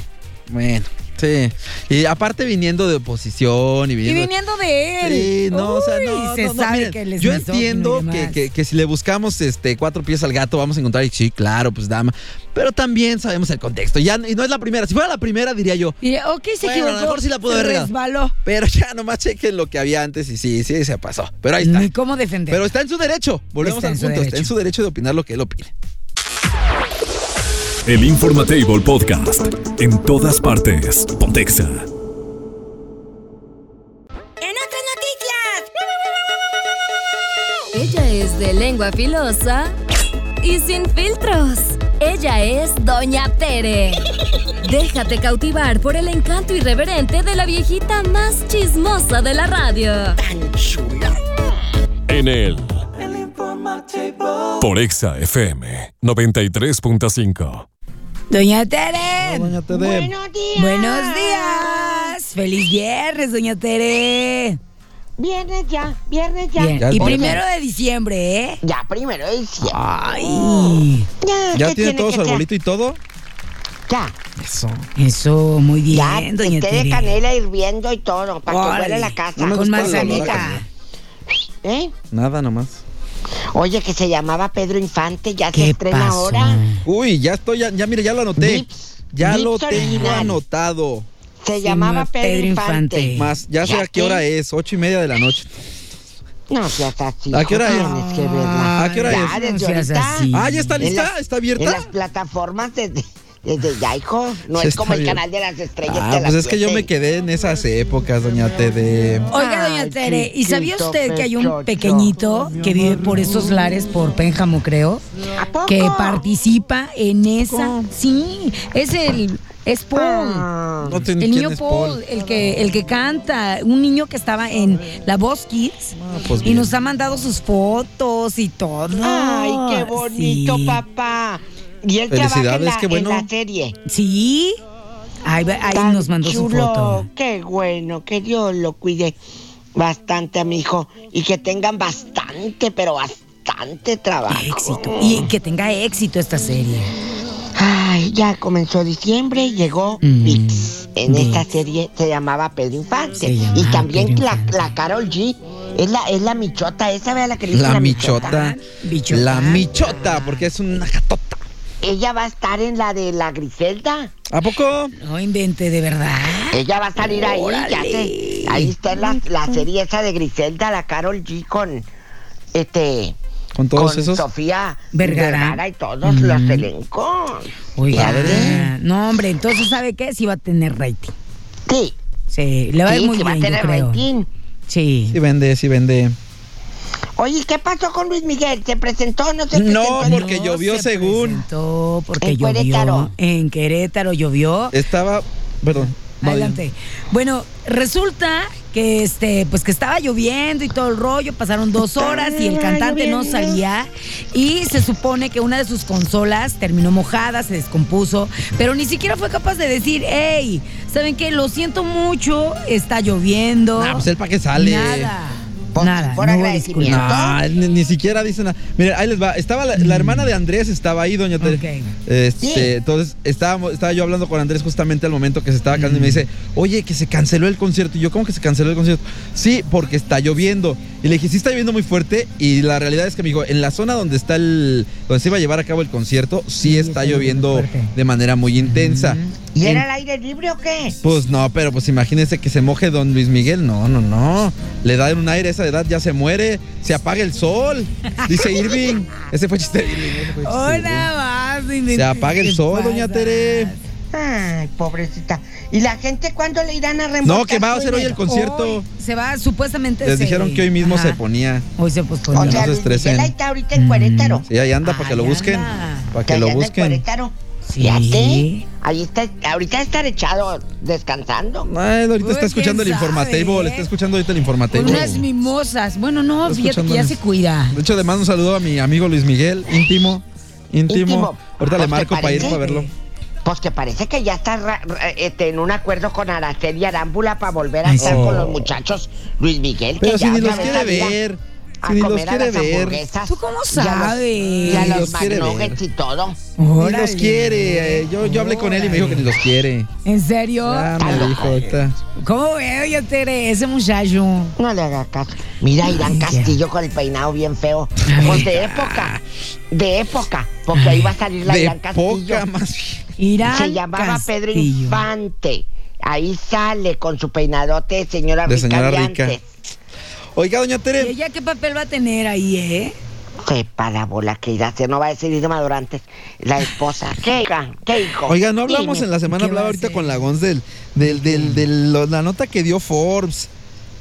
D: Bueno, sí. Y aparte viniendo de oposición y
C: Y
D: viniendo...
C: viniendo de él.
D: Sí, no, o sea, no,
C: Uy, se
D: no, no,
C: sabe
D: miren,
C: que él es
D: yo
C: misógino y
D: entiendo que,
C: demás.
D: que- que si le buscamos este cuatro pies al gato vamos a encontrar, y sí, claro, pues dama, pero también sabemos el contexto, ya, y no es la primera, si fuera la primera diría yo,
C: Y, ok, se
D: Bueno, a lo
C: equivocó.
D: mejor sí la pudo
C: se
D: haber regado.
C: resbaló.
D: Pero ya nomás chequen lo que había antes y sí, sí, se pasó. Pero ahí está.
C: Ni cómo defender.
D: Pero está en su derecho. Volvemos
C: Está
D: al
C: en su
D: punto. Está
C: derecho.
D: en su derecho de opinar lo que él opine.
B: El Informatable Podcast. En todas partes. Pontexa.
H: En otras noticias,
F: Ella es de lengua filosa y sin filtros. Ella es Doña Tere. Déjate cautivar por el encanto irreverente de la viejita más chismosa de la radio.
B: En el. Por Exa FM 93.5.
C: Doña
H: Em,
C: Tere.
D: Doña Tede.
H: Buenos días.
C: Buenos días. Feliz viernes, doña Tere.
H: Viernes ya, viernes ya.
C: Bien.
D: Ya es
C: Y
D: viernes.
C: primero de diciembre, ¿eh?
H: Ya primero de diciembre.
C: Ah.
H: Oh.
C: Ay.
H: Ya,
D: ¿Ya
H: ¿qué
D: tiene todo
H: que
D: su
H: ser?
D: arbolito y todo?
H: Ya,
D: Eso.
C: Eso, muy bien,
H: ya,
C: doña
H: que
C: Tere.
H: quede canela hirviendo y todo, para que
C: Órale.
H: huela la casa.
D: No me
C: Con
D: gusta la
C: manzanita.
D: olor
H: ¿Eh?
D: Nada nomás.
H: Oye, que se llamaba Pedro Infante, ya se
C: ¿Qué
H: estrena
C: pasó?
H: ahora.
D: Uy, ya estoy, ya, ya mire, ya lo anoté.
H: Vips,
D: ya
H: Vips
D: lo tengo
H: original.
D: anotado.
H: Se
C: Sí,
H: llamaba
C: no,
H: Pedro,
C: Pedro
H: Infante.
C: Infante.
D: Más, ya sé
H: ¿Ya
D: a qué
H: qué?
D: hora es, ocho y media de la noche.
H: No seas así.
D: ¿A qué hora
H: hijo,
D: es? Ah,
H: Tienes que verla.
D: ¿A qué hora
H: Ya,
D: es?
H: desde
C: No seas
H: ahorita.
C: así.
D: Ah, ya está
H: En
D: lista, está
H: las- En las
D: abierta.
H: plataformas desde, desde ya, hijo. No
D: Sí,
H: es
D: está
H: como el
D: bien.
H: canal de las estrellas.
D: Ah,
H: de las
D: pues es que yo
H: siete.
D: me quedé en esas épocas, doña Tede.
C: Oiga, doña
H: Ay,
C: Tere, ¿y sabía
H: chiquito
C: usted que hay un
H: pechocho.
C: pequeñito que vive por esos lares, por Pénjamo, creo,
H: ¿A poco?
C: que participa en esa? Sí, es el. Es Paul.
H: Ah,
D: No te-
C: El
D: ¿quién
C: niño
D: es
C: Paul, El, que, el que canta, un niño que estaba en la Voz Kids
D: pues
C: y
D: bien.
C: nos ha mandado sus fotos y todo.
H: Ay, qué bonito,
C: Sí.
H: papá. Y él trabaja en
D: Felicidades,
H: la,
D: qué bueno.
H: en la serie.
C: Sí, ahí, va- ahí
H: Tan
C: nos mandó su
H: chulo,
C: foto.
H: Qué bueno, que Dios lo cuide bastante a mi hijo y que tengan bastante, pero bastante trabajo.
C: Éxito. Y que tenga éxito esta serie.
H: Ay, ya comenzó diciembre, llegó
C: Mm.
H: VIX. En
C: Vix.
H: esta serie se llamaba Pedro Infante.
C: Se llamaba
H: y también
C: Pedro
H: la,
C: Infante.
H: la Carol G. Es la, es la michota, esa vea la que le dicen
D: La michota.
C: Bichota.
D: La michota, porque es una jatota.
H: Ella va a estar en la de la Griselda.
D: ¿A poco?
C: No invente, de verdad.
H: Ella va a salir ahí, ya
C: Órale.
H: sé. Ahí está la, la serie esa de Griselda, la Carol G con este
D: Con todos
H: con
D: esos.
H: Sofía
C: Vergara.
H: y todos
C: Mm.
H: los elencos.
C: Oiga,
H: Fíjate.
C: no, hombre, entonces, ¿sabe qué? Sí va a tener rating.
H: Sí,
C: Sí, le va a ir
H: sí,
C: muy
H: sí va a
C: bien, yo
H: tener
C: creo.
H: rating.
C: Sí.
D: Sí vende, sí vende.
H: Oye, ¿qué pasó con Luis Miguel? ¿Se presentó o no se
D: No,
H: presentó?
D: porque- llovió
C: se
D: según.
C: presentó, porque
H: En
C: llovió.
H: Querétaro.
C: En Querétaro llovió.
D: Estaba. Perdón. no,
C: Adelante. Bueno, resulta que este, pues que estaba lloviendo y todo el rollo, pasaron dos horas y el cantante no salía. Y se supone que una de sus consolas terminó mojada, se descompuso, pero ni siquiera fue capaz de decir, hey, ¿saben qué? Lo siento mucho, está lloviendo.
D: Ah, pues él para qué sale.
C: Nada.
H: Por-
C: nada.
H: por
C: no hubo
H: agradecimiento.
C: disculpa.
D: Nah, ni, ni siquiera dice nada. Mira, ahí les va. Estaba la, la hermana de Andrés, estaba ahí, doña Tere.
C: Ok.
D: Este,
H: Sí.
D: Entonces, estábamos, estaba yo hablando con Andrés justamente al momento que se estaba cantando y
C: Mm.
D: me dice, oye, que se canceló el concierto. Y yo, ¿cómo que se canceló el concierto? Sí, porque está lloviendo. Y le dije, sí, está lloviendo muy fuerte. Y la realidad es que me dijo, en la zona donde está el, donde se iba a llevar a cabo el concierto, sí,
C: Sí,
D: está,
C: está lloviendo
D: lloviendo
C: fuerte.
D: de manera muy intensa.
H: ¿Y
D: En-
H: era al aire libre o qué?
D: pues no, pero pues imagínense que se moje don Luis Miguel. No, no, no. Le da en un aire, esa edad ya se muere. Se apaga el sol. Dice Irving. Ese fue chiste. de Irving, ese fue chiste de Irving.
C: Hola, vas, inventes,
D: Se apaga el
C: ¿qué
D: sol, doña
C: pasa? Este
D: Tere.
H: Ay, pobrecita. ¿Y la gente cuándo le irán a remontar?
D: No, que va a hacer hoy el concierto.
C: Hoy se va supuestamente.
D: Les
C: se-
D: dijeron que hoy mismo
C: Ajá.
D: se ponía.
C: Hoy se posponía.
H: O
D: no
H: sea,
D: se
H: Luis Miguel
D: estresen.
H: ahí está ahorita
C: Mm.
H: en Querétaro.
D: Sí, ahí anda para que
C: Ahí
D: lo busquen.
C: anda.
D: Para que
H: Allá
D: lo
H: en el
D: busquen.
H: Querétaro.
C: Sí.
H: Fíjate, ahí está, ahorita está echado descansando.
D: Ay, ahorita
C: Uy,
D: está escuchando el
C: quién sabe,
D: informatable.
C: ¿eh?
D: Está escuchando ahorita el
C: Con
D: informatable.
C: unas mimosas. Bueno, no,
D: Está
C: fíjate que ya
D: escuchándonos.
C: se cuida.
D: De hecho, además un saludo a mi amigo Luis Miguel, íntimo. Íntimo.
H: Íntimo.
D: Ahorita
H: Pues,
D: le
H: ¿te
D: marco para ir
H: parece?
D: para verlo.
H: Pues que parece que ya está ra- ra- este, en un acuerdo con Araceli Arámbula para volver a
C: Ay,
H: estar
D: sí.
H: con los muchachos Luis Miguel.
D: Pero
H: que
D: si
H: ya
D: ni
H: otra
D: los
H: vez la
D: quiere
H: vida
D: ver.
H: a
D: Si ni los
H: comer a
D: quiere
H: las
D: ver.
H: hamburguesas.
C: ¿Tú cómo
H: Y a los- Y a
C: sabes?
D: Ni
H: los,
D: los quiere
H: McNuggets
D: ver.
H: y todo.
D: Ni
C: Órale.
D: los quiere. eh, Yo, yo hablé con él y me dijo que ni los quiere.
C: ¿En serio?
D: Ya me dijo ahorita.
C: ¿Cómo veo yo, Tere, ese muchacho?
H: No le haga caso. Mira, Irán Castillo con el peinado bien feo. Pues de época. De época. Porque ahí va a salir la Irán
D: De
H: Castillo.
D: poca más bien.
C: Irán
H: Se llamaba Pedro
C: Castillo.
H: Infante. Ahí sale con su peinadote de señora
D: De
H: rica
D: señora
H: de
D: rica.
H: antes.
D: Oiga, doña
C: ¿Y
D: Tere.
C: ella qué papel va a tener ahí, eh?
H: Sepa la bola que irá a hacer. No va a decir Irma Dorantes, la esposa. ¿Qué hija? ¿Qué hijo?
D: Oiga, no hablamos
H: Dime.
D: en la semana,
C: ¿Qué va
D: hablaba
C: a
D: ahorita
C: hacer?
D: con la Gonz del, del, del, del- lo- la nota que dio Forbes.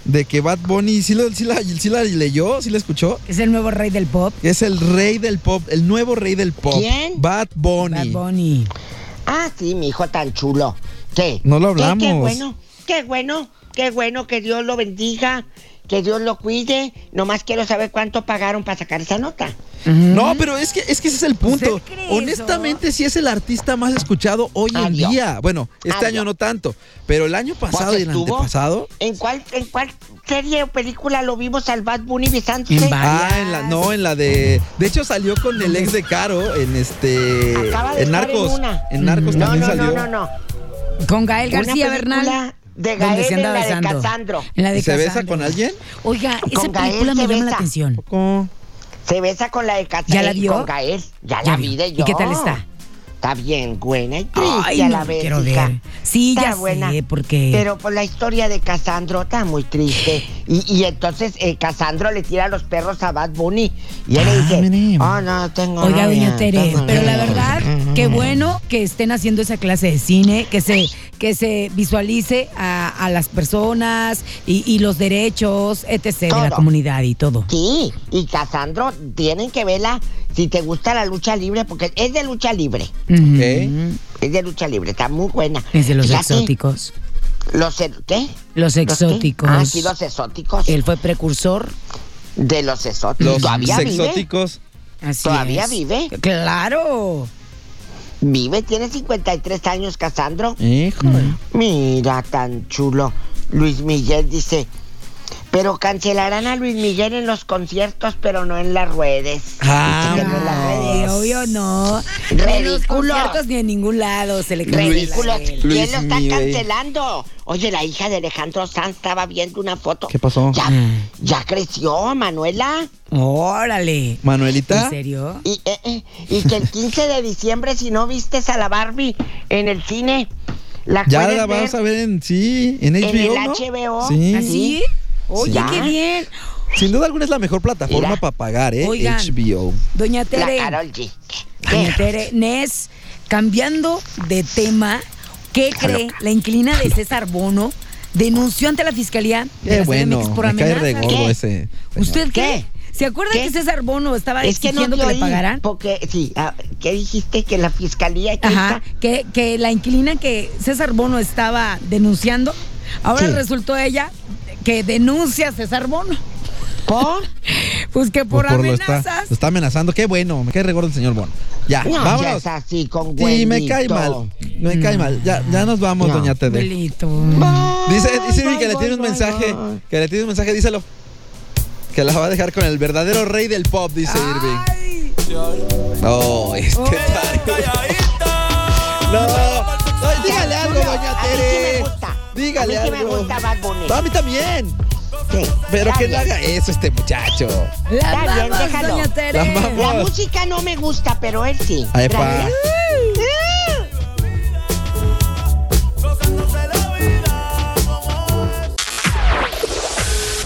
D: de que Bad Bunny sí, lo- sí la, sí la leyó, sí la escuchó.
C: Es el nuevo rey del pop.
D: Es el rey del pop, el nuevo rey del pop.
H: ¿Quién?
D: Bad Bunny.
C: Bad Bunny.
H: Ah, sí, mi hijo tan chulo. ¿Qué?
D: No lo
H: Sí, Qué,
D: hablamos.
H: bueno, qué bueno, qué bueno, que Dios lo bendiga, que Dios lo cuide. Nomás quiero saber cuánto pagaron para sacar esa nota.
D: No, pero es que, es que ese es el
H: Pues,
D: punto.
C: ¿Usted cree eso?
D: Honestamente, sí es el artista más escuchado hoy en
H: Adiós.
D: día. Bueno, este
H: Adiós.
D: año no tanto, pero el año pasado
H: ¿Cuánto
D: y el
H: estuvo?
D: antepasado.
H: ¿En cuál, en cuál serie o película lo vimos al Bad Bunny besante?
C: En Bad-
D: Ah, en la, no, en la de. De hecho, salió con el ex de Caro en este.
H: Acaba de
D: en
H: estar en
D: Narcos.
H: una.
D: En Narcos
H: No,
D: también
H: no,
D: salió.
H: no, no, no.
C: Con Gael
H: Una
C: García
H: película
C: Bernal.
H: de
C: donde
H: Gael
C: se anda
H: en la de
C: besando.
H: Casandro.
C: En la de
D: ¿Y se besa
C: Casandro.
D: con alguien?
C: Oiga, esa
H: Con Gael
C: película me
H: se
C: llama la
H: besa.
C: atención.
D: ¿Cómo?
H: Se besa con la de Catrina
C: ¿Ya la vio?
H: con Gael. Ya,
C: Ya
H: la
C: vi.
H: vi de
C: ¿Y
H: yo.
C: qué tal está?
H: Está bien buena y triste
C: Ay,
H: a
C: no
H: la
C: la
H: vez.
C: quiero
H: hija.
C: ver. Sí,
H: Está
C: ya sé, porque...
H: Pero por la historia de Casandro está muy triste. Y, y entonces eh, Casandro le tira los perros a Bad Bunny. Y él le dice, oh, no, tengo
C: Ah, Oiga,
H: novia,
C: doña Tere,
H: tengo
C: pero la
H: novia".
C: verdad, qué bueno que estén haciendo esa clase de cine, que se, que se visualice a, a las personas y, y los derechos, etc., de la
H: Todo.
C: comunidad y todo.
H: Sí, y Casandro tienen que verla si te gusta la lucha libre, porque es de lucha libre.
C: Ujú.
D: Ok.
H: Es de lucha libre, está muy buena.
C: Es de los
H: Fíjate,
C: exóticos.
H: Los, e- ¿Qué?
C: Los
H: ¿Los qué?
C: exóticos.
H: Ah, sí, los exóticos.
C: Él fue precursor.
H: De los exóticos.
D: Los
H: Todavía vive.
D: exóticos.
C: Así
H: ¿Todavía
C: es.
H: vive?
C: Claro.
H: Vive, tiene 53 años Casandro.
D: Híjole.
H: Mira, tan chulo. Luis Miguel dice, pero cancelarán a Luis Miguel en los conciertos, pero no en las redes.
D: Ah,
H: Dice que no en las redes.
C: Ay, obvio no. Ni en los
H: Ridículo.
C: conciertos ni en ningún lado se le cancela
H: Ridículo.
C: a él.
H: ¿Quién lo está
D: Luis Miguel.
H: cancelando? Oye, la hija de Alejandro Sanz estaba viendo una foto.
D: ¿Qué pasó? Mm.
H: Ya, ya creció, Manuela.
C: Órale. ¿En
D: Manuelita.
C: serio?
H: Y, eh, eh, y que el 15 de diciembre, si no vistes a la Barbie en el cine, la
D: Ya
H: puedes
D: la vamos
H: ver.
D: a ver en sí, en HBO.
H: En el
D: ¿no?
H: HBO.
D: Sí.
C: ¿Así? ¿Ah, Oye,
H: Ya.
C: qué bien.
D: Sin duda alguna es la mejor plataforma
H: Mira.
D: para pagar, ¿eh?
C: Oigan.
D: HBO.
C: Doña
H: La
C: Tere.
H: Karol G.
C: Doña Tere, Nes, cambiando de tema, ¿qué cree la inquilina de César Bono? Denunció ante la fiscalía de
D: Qué
C: la
D: bueno.
C: CDMX por
D: Me cae re
C: amenazas.
D: gordo
H: ¿Qué?
D: ese. señor.
C: ¿Usted qué?
H: ¿Qué?
C: ¿Se acuerda
H: ¿Qué?
C: que César Bono estaba
H: Es que no
C: exigiendo
H: te
C: que,
H: oí,
C: le pagaran?
H: Porque, sí, ah, ¿qué dijiste? Que la fiscalía... que
C: Ajá,
H: está-
C: que, que la inquilina que César Bono estaba denunciando, ahora
H: Sí.
C: resultó ella que denuncia a César Bono.
H: ¿Por?
C: Pues que por,
D: Pues por lo está,
C: amenazas.
D: lo está amenazando. Qué bueno. Me cae re gordo el señor Bono. Ya,
H: No, ya
D: Ah, vámonos.
H: es así, con güey.
D: Sí, me cae mal. Me cae mal. Ya, ya nos vamos,
H: No.
D: doña Tede.
C: Abuelito.
D: Dice, dice
H: bye,
D: que le
H: bye,
D: tiene un
H: bye,
D: mensaje.
H: bye.
D: Que le tiene un mensaje, díselo. Que la va a dejar con el verdadero rey del pop, dice Irving.
C: Ay,
D: No, es que No, no, dígale algo, doña
H: A mí sí me
D: Tere.
H: gusta.
D: Dígale
H: a mí sí
D: algo.
H: me gusta Bad Bunny.
D: No, a mí también.
H: Sí,
D: Pero
H: está
D: que no
H: bien.
D: haga eso este muchacho.
C: la
H: Está bien,
C: amamos,
H: déjalo.
C: doña Tere.
D: La amamos.
H: La música no me gusta, pero él sí.
D: Ay, pa.
H: Gracias.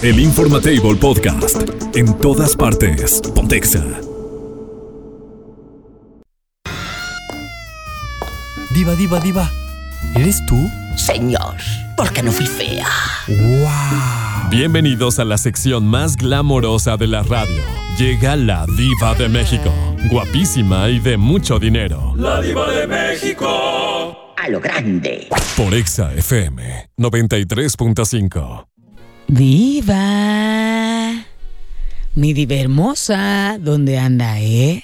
B: El Informatable Podcast. En todas partes. Pontexa.
I: Diva, diva, diva. ¿Eres tú?
J: Señor, porque no fui fea.
B: Bienvenidos a la sección más glamorosa de la radio. Llega la diva de México. Guapísima y de mucho dinero.
J: A lo grande.
B: Por Exa FM 93.5.
C: Diva. Mi diva hermosa, ¿dónde anda, eh?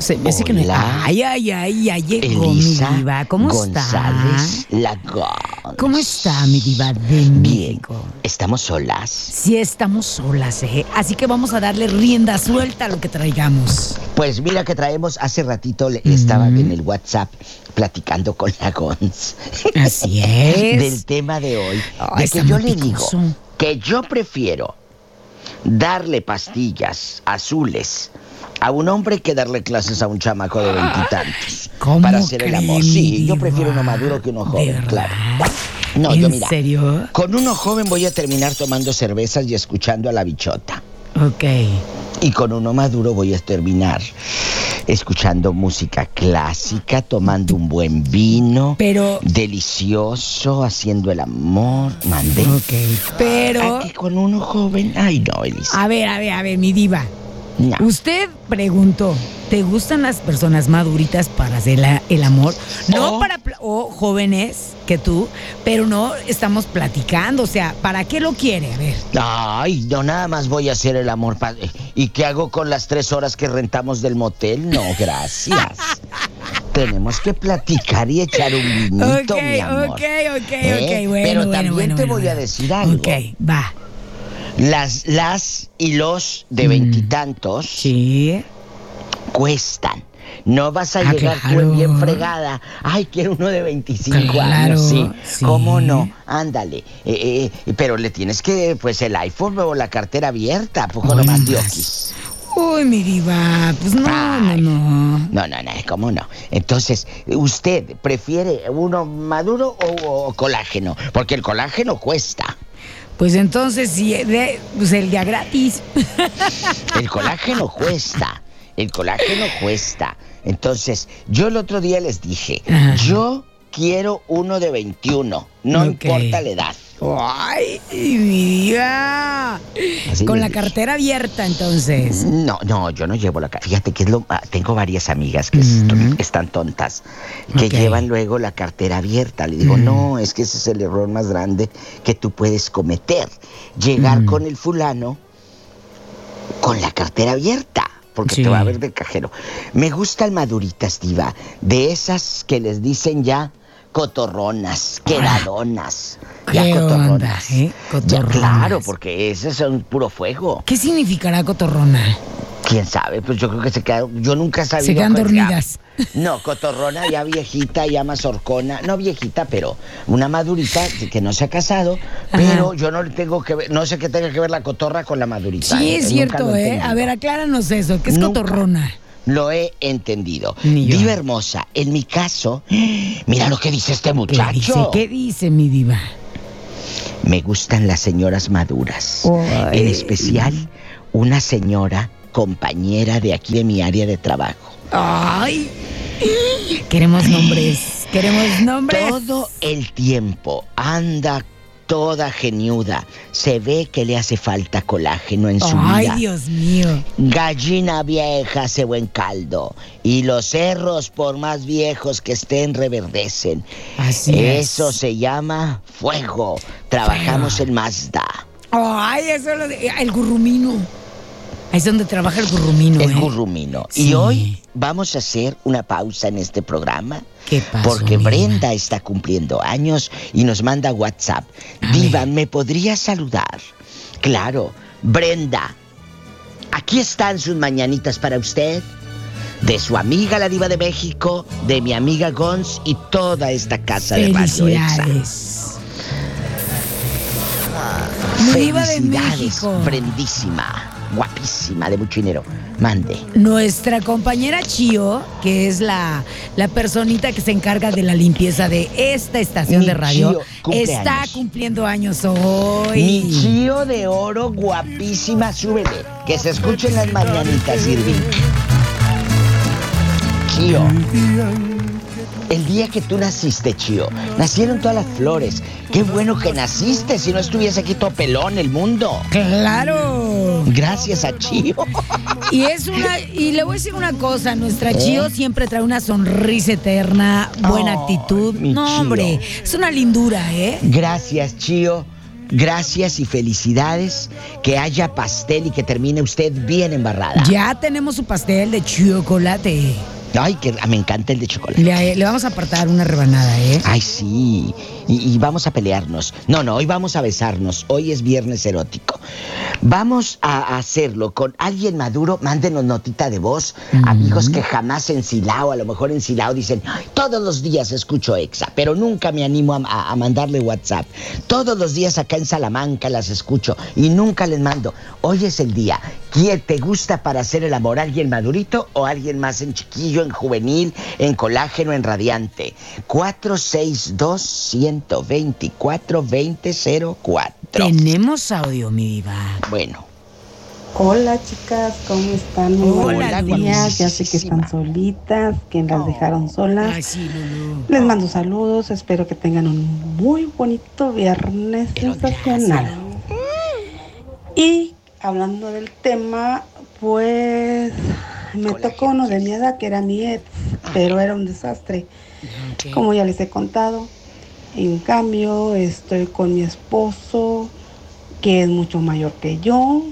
C: Se me hace que no.
H: Hola.
C: Ay, ay, ay, ya llegó
H: Elisa
C: mi diva. ¿Cómo
H: González
C: está?
H: La God.
C: ¿Cómo está mi diva de
H: Bien.
C: México?
H: Estamos solas.
C: Sí, estamos solas, eh. Así que vamos a darle rienda suelta a lo que traigamos.
H: Pues mira que traemos hace ratito le- estaba en el WhatsApp platicando con la Gons.
C: Así es.
H: Del tema de hoy.
C: Ay,
H: de que
C: está
H: yo
C: muy
H: le
C: picoso.
H: digo que yo prefiero darle pastillas azules a un hombre que darle clases a un chamaco de veintitantos.
C: ¿Cómo
H: Para hacer el
C: cree,
H: amor.
C: mi
H: Sí, yo
C: diva?
H: prefiero uno maduro que uno
C: ¿De
H: joven,
C: verdad?
H: claro. No,
C: ¿En
H: yo mira.
C: serio?
H: Con uno joven voy a terminar tomando cervezas y escuchando a la bichota.
C: Ok.
H: Y con uno maduro voy a terminar escuchando música clásica, tomando un buen vino,
C: Pero-
H: delicioso, haciendo el amor, mandé.
C: Pero,
H: Aquí con uno joven, ay no, Elisa.
C: a ver, a ver, a ver, mi diva.
H: no.
C: Usted preguntó, ¿te gustan las personas maduritas para hacer la- el amor?
H: Oh.
C: No para pla- o jóvenes que tú, pero no estamos platicando, o sea, ¿para qué lo quiere? A ver.
H: Ay, no, nada más voy a hacer el amor. pa- ¿Y qué hago con las tres horas que rentamos del motel? No, gracias. Tenemos que platicar y echar un vinito,
C: Ok,
H: mi amor.
C: ok, ok,
H: ¿Eh?
C: ok, bueno,
H: Pero
C: bueno,
H: también
C: bueno,
H: te
C: bueno,
H: voy a
C: bueno.
H: decir algo.
C: Ok, va.
H: Las, las y los de veintitantos
C: Sí.
H: cuestan. No vas a
C: Ah,
H: llegar tú
C: claro.
H: bien fregada. Ay, quiero uno de 25
C: Claro,
H: años. Sí.
C: sí.
H: ¿Cómo no? Ándale. Eh, eh, pero le tienes que, pues, el iPhone o la cartera abierta. ¿a poco
C: Hoy
H: nomás
C: más.
H: diokis?
C: Uy, mi diva, pues no, no, no.
H: No, no, no, ¿cómo no? Entonces, ¿usted prefiere uno maduro o, o colágeno? Porque el colágeno cuesta.
C: Pues entonces, sí, de- pues el día gratis.
H: El colágeno cuesta. El colágeno cuesta. Entonces, yo el otro día les dije,
C: Ajá.
H: yo quiero uno de 21, no
C: Ok.
H: importa la edad.
C: Ay, mi diva.
H: Así
C: Con
H: me
C: la
H: dije.
C: cartera abierta, entonces.
H: No, no, yo no llevo la cartera. Fíjate que es lo, ah, tengo varias amigas que es- están tontas, que
C: Ok.
H: llevan luego la cartera abierta. Le digo, no, es que ese es el error más grande que tú puedes cometer. Llegar con el fulano con la cartera abierta. Porque
C: Sí.
H: te va a ver de cajero. Me gusta el maduritas, diva. De esas que les dicen ya cotorronas, quedadonas. Ya
C: Ah. ¿Qué onda,
H: cotorronas.
C: eh?
H: Ya,
C: Cotorronas.
H: claro, porque ese son puro fuego.
C: ¿Qué significará cotorrona?
H: ¿Quién sabe? Pues yo creo que se quedaron. Yo nunca he sabido.
C: Se quedan
H: cuál-
C: dormidas.
H: ya- no, cotorrona, ya viejita, ya mazorcona. No viejita, pero una madurita que no se ha casado. Pero yo no le tengo que ver. No sé qué tenga que ver la cotorra con la madurita.
C: Sí,
H: eh,
C: es
H: nunca
C: cierto,
H: lo he
C: ¿eh? A
H: entendido.
C: ver, acláranos eso. ¿Qué es
H: Nunca.
C: cotorrona?
H: Lo he entendido.
C: Ni yo.
H: Diva hermosa, en mi caso, mira lo que dice este
C: ¿Qué dice?
H: muchacho.
C: ¿Qué dice mi diva?
H: Me gustan las señoras maduras.
C: Ay.
H: En especial, una señora compañera de aquí de mi área de trabajo.
C: Ay. Queremos nombres. Queremos nombres.
H: Todo el tiempo anda toda geniuda. Se ve que le hace falta colágeno en su
C: Ay,
H: vida.
C: Dios mío.
H: Gallina vieja hace buen caldo. Y los cerros, por más viejos que estén, reverdecen.
C: Así
H: Eso
C: es.
H: se llama fuego. Trabajamos en Mazda.
C: Ay, eso lo de- El gurrumino. Ahí es donde trabaja el gurrumino,
H: El
C: ¿eh?
H: gurrumino.
C: Sí.
H: Y hoy vamos a hacer una pausa en este programa.
C: ¿Qué pasó,
H: Porque
C: mi
H: Brenda está cumpliendo años y nos manda WhatsApp. Diva, ¿me podría saludar? Claro, Brenda. Aquí están sus mañanitas para usted. De su amiga la diva de México, de mi amiga Gons y toda esta casa de Radio Exa.
C: Felicidades. Mi diva de
H: Felicidades,
C: México.
H: Brendísima, guapísima, de mucho dinero. Mande.
C: Nuestra compañera Chio, que es la, la personita que se encarga de la limpieza de esta estación
H: Mi
C: de radio,
H: Chio cumple
C: está
H: años.
C: cumpliendo años hoy.
H: Mi chío de oro, guapísima, súbele. Que se escuchen las mañanitas, Irving. Chío. El día que tú naciste, Chío, nacieron todas las flores. Qué bueno que naciste, si no estuviese aquí todo pelón el mundo.
C: Claro.
H: Gracias a Chío.
C: Y es una y le voy a decir una cosa, nuestra Chio siempre trae una sonrisa eterna, buena
H: Oh. Ay,
C: actitud.
H: mi
C: No,
H: Chio.
C: hombre, es una lindura, ¿eh?
H: Gracias, Chío. Gracias y felicidades. Que haya pastel y que termine usted bien embarrada.
C: Ya tenemos su pastel de chocolate.
H: Ay, que ah, me encanta el de chocolate.
C: Le, le vamos a apartar una rebanada, ¿eh?
H: Ay, sí. Y, y vamos a pelearnos. No, no, hoy vamos a besarnos. Hoy es viernes erótico. Vamos a hacerlo con alguien maduro. Mándenos notita de voz. Amigos que jamás en Silao, a lo mejor en Silao dicen, todos los días escucho EXA, pero nunca me animo a, a- a mandarle WhatsApp. Todos los días acá en Salamanca las escucho y nunca les mando. Hoy es el día. ¿Quién te gusta para hacer el amor? ¿Alguien madurito o alguien más en chiquillo, en juvenil, en colágeno, en radiante? 462-124-2004.
C: Tenemos audio, mi diva.
H: Bueno.
K: Hola chicas, ¿cómo están? Muy
C: Hola,
K: buenos días. Ya sé que están solitas, que las dejaron solas. Les mando saludos, espero que tengan un muy bonito viernes sensacional. Y hablando del tema, pues me tocó uno de mi edad que era mi ex, pero era un desastre. Como ya les he contado, en cambio estoy con mi esposo, que es mucho mayor que yo.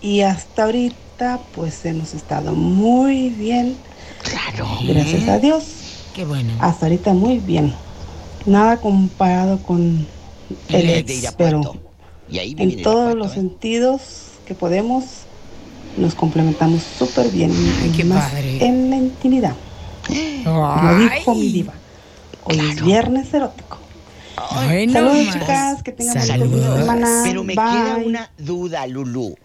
K: Y hasta ahorita pues hemos estado muy bien. Claro. Gracias a Dios.
C: Qué bueno.
K: Hasta ahorita muy bien. Nada comparado con el ex, pero en todos
H: ¿eh?
K: los sentidos que podemos nos complementamos súper bien. más En la intimidad. Lo dijo mi diva. Hoy es viernes erótico.
H: Ay, no
K: Saludos,
H: más.
K: chicas. Que tengan
H: Saludos.
K: bonito fin de semana.
H: Pero me
K: Bye.
H: queda una duda, Lulú.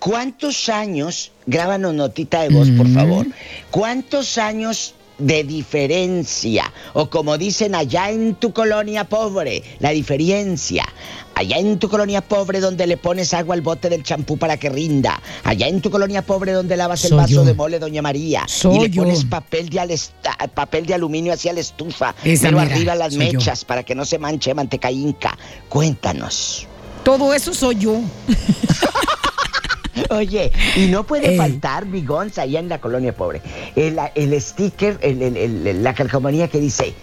H: ¿Cuántos años, grábanos notita de voz, por favor? ¿Cuántos años de diferencia? O como dicen allá en tu colonia pobre, la diferencia. Allá en tu colonia pobre donde le pones agua al bote del champú para que rinda. Allá en tu colonia pobre donde lavas el
C: Soy
H: vaso
C: yo.
H: de mole, doña María.
C: Soy
H: y le
C: yo.
H: pones papel de, al esta- papel de aluminio hacia la estufa.
C: Esa
H: pero
C: mera,
H: arriba las
C: soy yo.
H: mechas para que no se manche manteca inca. Cuéntanos.
C: Todo eso soy yo.
H: Oye, y no puede
C: Ey.
H: faltar, Bigons, allá en la colonia pobre. El, el sticker, el- el- el- la calcomanía que dice: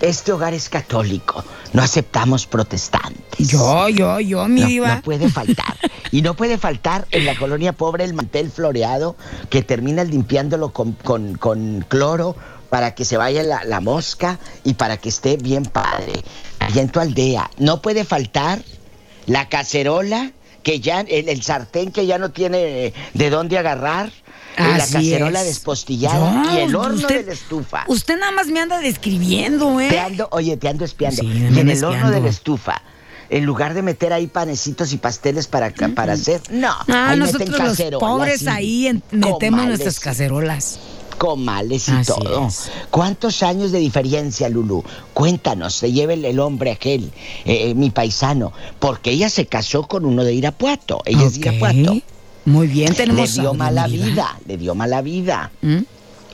H: Este hogar es católico, no aceptamos protestantes.
C: Yo, yo, yo, mi
H: No,
C: diva.
H: No puede faltar. y no puede faltar en la colonia pobre el mantel floreado que terminas limpiándolo con, con- con cloro para que se vaya la, la mosca y para que esté bien padre. Allá en tu aldea. No puede faltar la cacerola que ya, el, el sartén que ya no tiene eh, de dónde agarrar. eh, la
C: Así
H: cacerola
C: es.
H: despostillada y
C: Ya,
H: el horno
C: usted-
H: de la estufa.
C: Usted nada más me anda describiendo, ¿eh?
H: Te ando- oye, te ando espiando.
C: Sí,
H: y
C: andan
H: en el
C: espiando.
H: horno de la estufa, en lugar de meter ahí panecitos y pasteles para, ca- para hacer, no.
C: Ah,
H: ahí
C: nosotros
H: meten
C: los
H: cacerolas
C: pobres
H: y
C: ahí en- metemos
H: comales,
C: nuestras cacerolas.
H: Comales y
C: Así
H: todo.
C: es.
H: ¿Cuántos años de diferencia, Lulu? Cuéntanos, te lleva el, el hombre aquel, eh, eh, mi paisano, porque ella se casó con uno de Irapuato. Ella es de Irapuato.
C: Muy bien,
H: Le
C: tenemos
H: dio
C: audio,
H: mala
C: mi diva.
H: vida, le dio mala vida.
C: ¿Mm?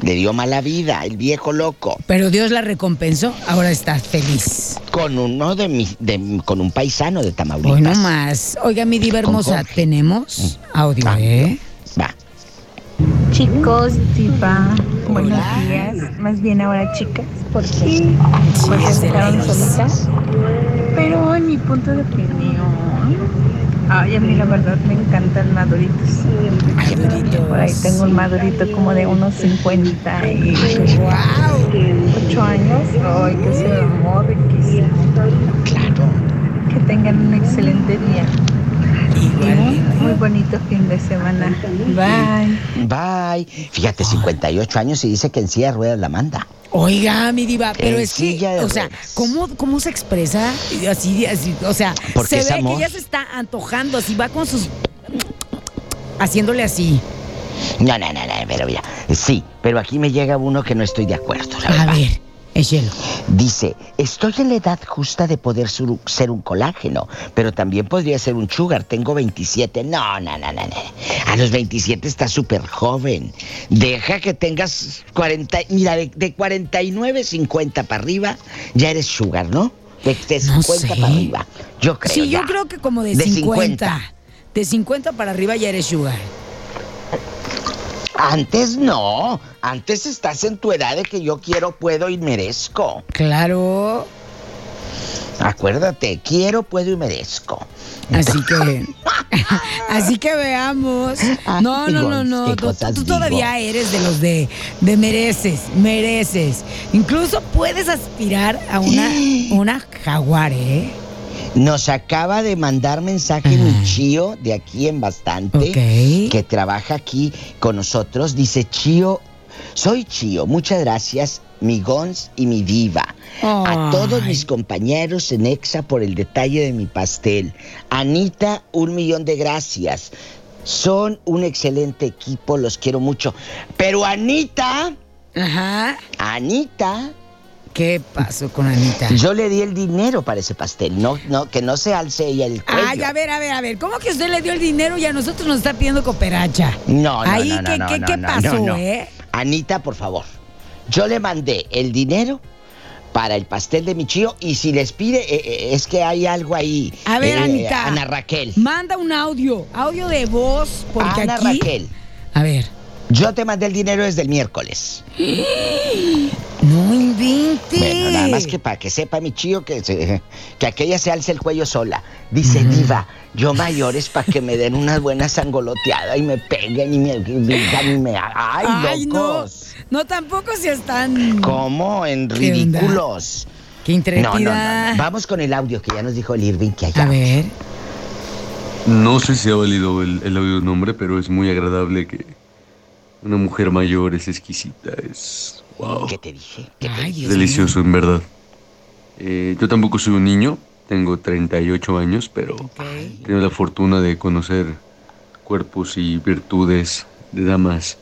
H: Le dio mala vida, el viejo loco.
C: Pero Dios la recompensó, ahora está feliz.
H: Con uno de mis, de- con un paisano de Tamaulipas.
C: Hoy no más. Oiga, mi diva hermosa,
H: Jorge. Mm.
C: tenemos audio, ¿eh?
H: Va.
L: Chicos,
C: Mm.
L: diva, buenos días, más bien ahora chicas, porque pues
C: es de
L: estaban
C: lejos.
L: solitas. Pero en mi punto de opinión, ay, a mí la verdad me encantan maduritos. Por ahí tengo un madurito como de unos 50 y 8 años. Ay, que se lo amor riquísimo.
H: Claro.
L: Que tengan un excelente día. Y un muy bonito fin de semana. Bye.
H: Bye. Fíjate, 58 años y dice que en silla de ruedas la manda.
C: Oiga, mi diva, pero
H: En
C: es que,
H: silla de
C: o sea,
H: ruedas.
C: ¿cómo, ¿cómo se expresa así, así? O sea,
H: Porque
C: se
H: es
C: ve
H: amor.
C: que ya se está antojando, así va con sus... haciéndole así.
H: No, no, no, no, pero mira. Sí, pero aquí me llega uno que no estoy de acuerdo, la
C: A
H: verdad.
C: ver, échelo.
H: Dice, estoy en la edad justa de poder sur- ser un colágeno, pero también podría ser un sugar. Tengo 27. No, no, no, no, no. A los 27 estás súper joven. Deja que tengas 40. Mira, de, de 49, 50 para arriba, ya eres sugar, ¿no? De, de
C: No
H: 50
C: sé.
H: para arriba. Yo creo.
C: sí, yo
H: ya.
C: creo que como de,
H: De
C: 50.
H: 50.
C: De 50 para arriba ya eres sugar.
H: Antes no, antes estás en tu edad de que yo quiero, puedo y merezco.
C: Claro.
H: Acuérdate, quiero, puedo y merezco.
C: Así que. así que veamos. No, no, no, no.
H: qué
C: Tú,
H: cosas
C: tú todavía
H: digo.
C: eres de los de, de mereces, mereces. Incluso puedes aspirar a una, una jaguar, ¿eh?
H: Nos acaba de mandar mensaje mi chío de aquí en bastante,
C: Ok.
H: que trabaja aquí con nosotros. Dice Chío, soy Chío, muchas gracias, mi Gons y mi diva. A todos
C: Ay.
H: mis compañeros en EXA por el detalle de mi pastel. Anita, un millón de gracias. Son un excelente equipo, los quiero mucho. Pero Anita,
C: Ajá.
H: Anita,
C: ¿Qué pasó con Anita?
H: Yo le di el dinero para ese pastel, no, no, que no se alce ella el cuello.
C: Ay, a ver, a ver, a ver. ¿Cómo que usted le dio el dinero y a nosotros nos está pidiendo cooperacha?
H: No, no,
C: Ahí,
H: no, no,
C: ¿qué,
H: no,
C: qué,
H: no,
C: qué
H: no,
C: pasó,
H: no, no.
C: eh?
H: Anita, por favor. Yo le mandé el dinero para el pastel de mi chío y si les pide eh, eh, es que hay algo ahí.
C: A ver,
H: Eh,
C: Anita.
H: Ana Raquel.
C: Manda un audio, audio de voz, porque
H: Ana
C: aquí.
H: Raquel.
C: A ver.
H: Yo te mandé el dinero desde el miércoles.
C: No inventes.
H: Bueno, nada más que para que sepa mi chío que, se- que aquella se alce el cuello sola. Dice, diva, yo mayores para que me den unas buenas angoloteadas y me peguen y me digan y me... ¡Ay,
C: no.
H: locos!
C: No, tampoco si están.
H: ¿Cómo? En
C: ¿Qué onda?
H: ridículos.
C: Qué
H: No, no, no,
C: intrépida.
H: no. Vamos con el audio que ya nos dijo el Irving que hay.
C: A ver.
M: No sé si ha valido el, el audio de un hombre, pero es muy agradable que una mujer mayor es exquisita, es wow,
H: ¿Qué te dije?
C: Ay, Dios
M: delicioso en verdad. Eh, yo tampoco soy un niño, tengo 38 años, pero he tenido la fortuna de conocer cuerpos y virtudes de damas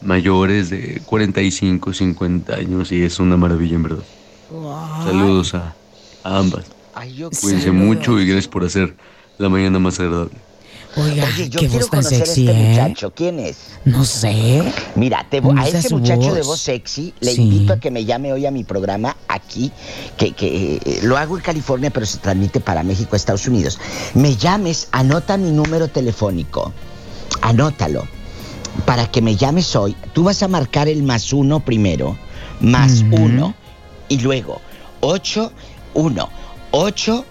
M: mayores de 45, 50 años y es una maravilla en verdad. Saludos a, a ambas. Cuídense
H: Saludos.
M: mucho y gracias por hacer la mañana más agradable.
C: Oiga,
H: Oye, yo
C: qué
H: quiero
C: voz tan
H: conocer
C: sexy,
H: a este
C: ¿eh?
H: muchacho. ¿Quién es?
C: No sé.
H: Mira, te,
C: No
H: a
C: sé
H: ese
C: su
H: muchacho de
C: voz.
H: voz sexy le
C: Sí.
H: invito a que me llame hoy a mi programa aquí, que, que, eh, lo hago en California, pero se transmite para México, Estados Unidos. Me llames, anota mi número telefónico. Anótalo. Para que me llames hoy, tú vas a marcar el más uno primero, más
C: Ujú.
H: uno, y luego ocho, uno, ocho.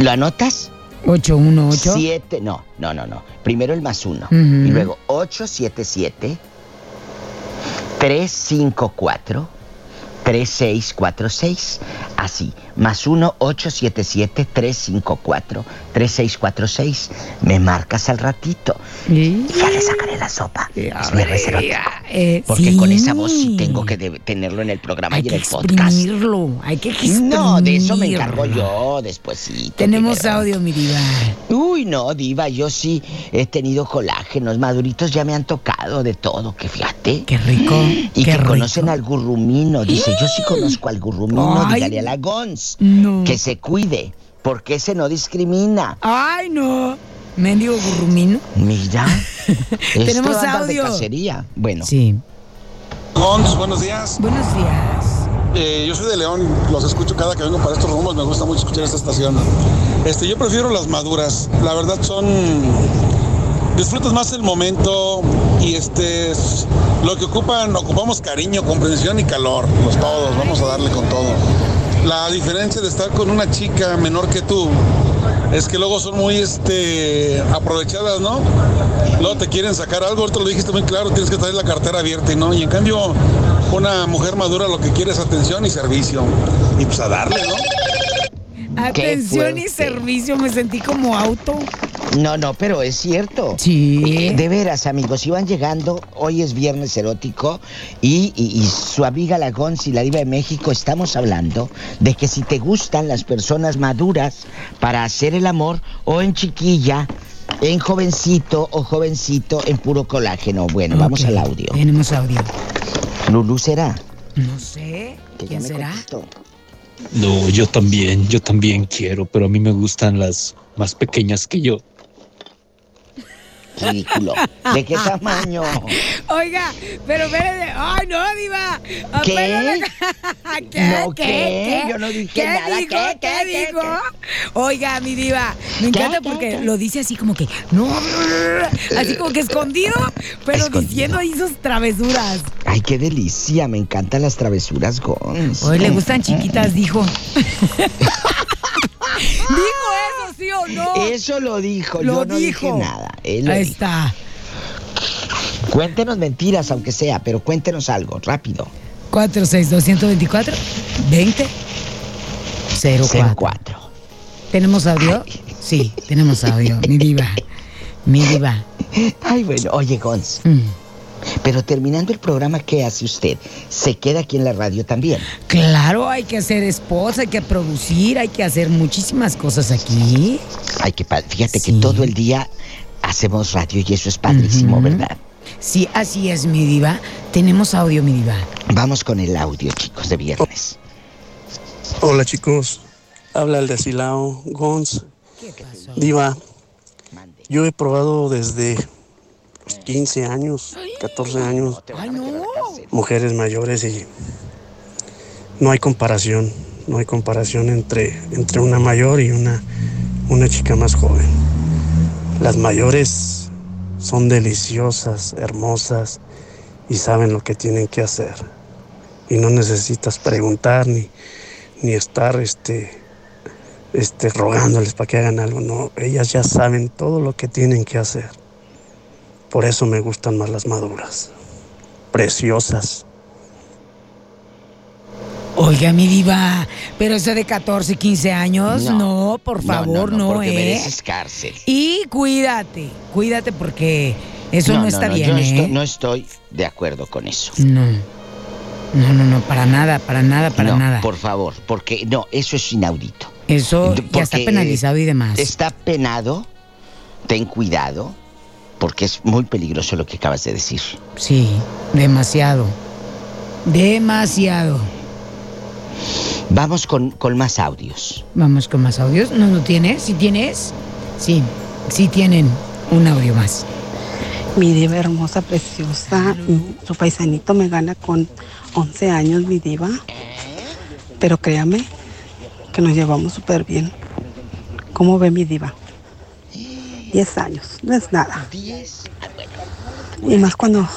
H: ¿Lo anotas?
C: 818.
H: Siete, no, no, no, no. Primero el más uno.
C: Ujú.
H: Y luego 877 354 3646. Así. Más uno 877 354 3646. Me marcas al ratito.
C: Y
H: ya le sacaré la sopa. Es mi
C: Ay,
H: reserva.
C: eh,
H: Porque
C: sí.
H: con esa voz sí tengo que de- tenerlo en el programa
C: Hay
H: y en
C: que
H: el podcast.
C: exprimirlo, hay que
H: No, de eso me
C: exprimirlo.
H: encargo yo después.
C: Tenemos audio, mi diva.
H: Uy, no, diva, yo sí he tenido colágenos, maduritos ya me han tocado de todo, que fíjate.
C: Qué rico.
H: Y
C: qué
H: que
C: rico.
H: conocen al gurrumino, dice, yo sí conozco al gurrumino,
C: Ay.
H: dígale a la Gons,
C: No.
H: que se cuide, porque ese no discrimina.
C: Ay, no. Mendigo gurrumino.
H: Mira, es
C: Tenemos
H: todo andar de
C: audio.
H: cacería. Bueno.
C: Sí.
N: Gons, buenos días. Eh,
C: Buenos días.
N: yo soy de León, los escucho cada que vengo para estos rumbos, me gusta mucho escuchar esta estación. Este, yo prefiero las maduras, la verdad son disfrutas más el momento y este es- lo que ocupan, ocupamos cariño, comprensión y calor, los todos, vamos a darle con todo. La diferencia de estar con una chica menor que tú es que luego son muy este aprovechadas, ¿no? Luego te quieren sacar algo, ahorita lo dijiste muy claro, tienes que traer la cartera abierta, y ¿no? Y en cambio, una mujer madura lo que quiere es atención y servicio. Y pues a darle, ¿no?
C: Atención
H: fuerte.
C: y servicio, me sentí como auto.
H: No, no, pero es cierto.
C: Sí.
H: De veras, amigos, si van llegando, hoy es viernes erótico y, y- y su amiga la Gonzi, la diva de México, estamos hablando de que si te gustan las personas maduras para hacer el amor o en chiquilla, en jovencito o jovencito, en puro colágeno. Bueno, vamos
C: Ok, Eh.
H: al audio.
C: Tenemos audio.
H: Lulú será.
C: No sé.
H: Que ya
C: ¿Quién
H: me
C: será?
O: No, yo también, yo también quiero, pero a mí me gustan las más pequeñas que yo.
H: Ridículo. ¿De qué tamaño?
C: Oiga, pero espérate. Ay, no, diva. Apenas la- ¿Qué?
H: No,
C: ¿Qué?
H: ¿qué? Yo no dije
C: ¿Qué
H: nada.
C: dijo? ¿Qué,
H: ¿Qué, qué, qué,
C: dijo? Oiga, mi diva, me encanta porque lo dice así como que, no, así como que escondido, pero diciendo ahí sus travesuras.
H: Ay, qué delicia, me encantan las travesuras, Mm, Gonz.
C: Hoy le gustan chiquitas, dijo. ¿Dijo eso, sí o no?
H: Eso lo dijo,
C: Lo
H: yo no
C: dijo.
H: dije nada. él lo
C: Ahí
H: dijo.
C: está.
H: Cuéntenos mentiras, aunque sea, pero cuéntenos algo, rápido.
C: 46224 20 04.
H: 04.
C: ¿Tenemos audio? Sí, tenemos audio. Mi diva. Mi diva.
H: Ay, bueno, oye, Gonz.
C: Mm.
H: Pero terminando el programa, ¿qué hace usted? ¿Se queda aquí en la radio también?
C: Claro, hay que hacer esposa, hay que producir, hay que hacer muchísimas cosas aquí.
H: Ay, qué padre. Fíjate que todo el día hacemos radio y eso es padrísimo, ¿verdad?
C: Sí, así es, mi diva. Tenemos audio, mi diva.
H: Vamos con el audio, chicos, de viernes.
P: Hola, chicos. Habla el de Silao Gons. Diva, yo he probado desde los 15 años, 14 años, mujeres mayores y no hay comparación, no hay comparación entre, entre una mayor y una, una chica más joven. Las mayores son deliciosas, hermosas y saben lo que tienen que hacer. Y no necesitas preguntar ni, ni estar este, este, rogándoles para que hagan algo. No, ellas ya saben todo lo que tienen que hacer. Por eso me gustan más las maduras. Preciosas.
C: Oiga, mi diva, pero ese de 14, 15 años, no, por favor, no,
H: porque
C: ¿eh?
H: mereces cárcel.
C: Y cuídate, cuídate porque eso no, está bien,
H: yo
C: ¿eh?
H: estoy- no estoy de acuerdo con eso.
C: No. No, no, no, para nada, para nada, para
H: No,
C: nada.
H: Por favor, porque no, eso es inaudito.
C: Eso ya está
H: Porque,
C: penalizado y demás.
H: Está penado, ten cuidado, porque es muy peligroso lo que acabas de decir.
C: Sí, demasiado. Demasiado.
H: Vamos con, con más audios.
C: Vamos con más audios. No, no tienes. ¿Sí tienes? Sí, sí tienen un audio más.
K: Mi diva hermosa, preciosa, mm, su paisanito me gana con 11 años, mi diva. Pero créame que nos llevamos súper bien. ¿Cómo ve mi diva? 10 años, no es nada. Y más cuando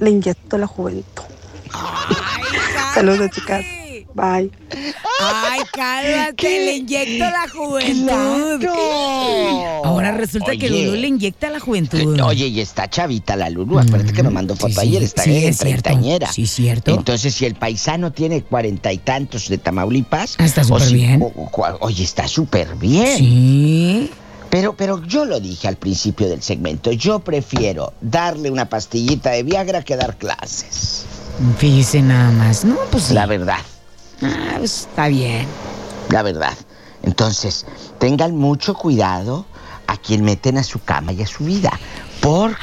K: le inyecto la juventud. Saludos, chicas. Bye.
C: Ay, cálmate, le inyecto la juventud. Ahora resulta que
H: Oye.
C: Lulu le inyecta la juventud.
H: Eh, Oye, y está chavita la Lulu, acuérdate que me mandó foto ayer, está
C: Mm, sí,
H: en
C: es cierto,
H: treintañera.
C: sí, cierto.
H: Entonces, si el paisano tiene cuarenta y tantos de Tamaulipas.
C: Ah, está
H: o
C: súper
H: si-
C: bien.
H: o- o cua- oye, está súper bien.
C: Sí.
H: Pero, pero yo lo dije al principio del segmento, yo prefiero darle una pastillita de Viagra que dar clases.
C: Fíjese nada más. No, pues sí.
H: La verdad.
C: Ah, pues, está bien.
H: La verdad. Entonces, tengan mucho cuidado a quien meten a su cama y a su vida. Porque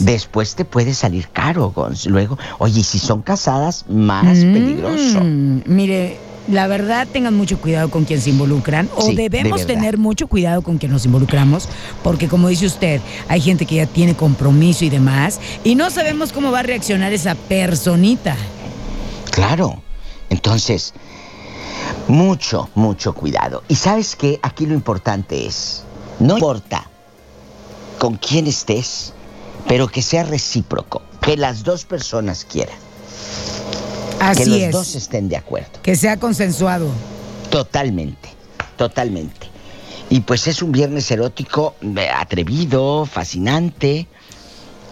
H: después te puede salir caro, Gonz. Luego, oye, y si son casadas, más
C: Mm,
H: peligroso.
C: Mire, la verdad, tengan mucho cuidado con quien se involucran. O
H: Sí, de
C: debemos
H: verdad.
C: tener mucho cuidado con quien nos involucramos. Porque, como dice usted, hay gente que ya tiene compromiso y demás. Y no sabemos cómo va a reaccionar esa personita.
H: Claro. Entonces, mucho, mucho cuidado. Y sabes que aquí lo importante es, no importa con quién estés, pero que sea recíproco, que las dos personas quieran, que los
C: Así es.
H: dos estén de acuerdo.
C: Que sea consensuado.
H: Totalmente, totalmente. Y pues es un viernes erótico eh, atrevido, fascinante.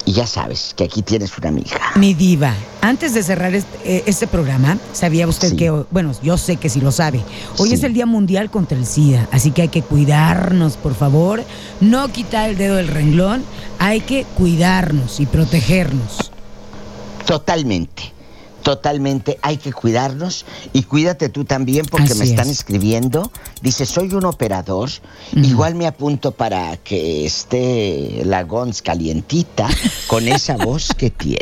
H: Y ya sabes que aquí tienes una amiga.
C: Mi diva, antes de cerrar este, eh, este programa, ¿sabía usted que, hoy- bueno, yo sé que sí lo sabe, hoy es el Día Mundial contra el SIDA, así que hay que cuidarnos, por favor, no quitar el dedo del renglón, hay que cuidarnos y protegernos.
H: Totalmente, totalmente. Hay que cuidarnos y cuídate tú también porque
C: Así
H: me están
C: es.
H: escribiendo. Dice, soy un operador. Igual me apunto para que esté la Gons calientita con esa voz que tiene.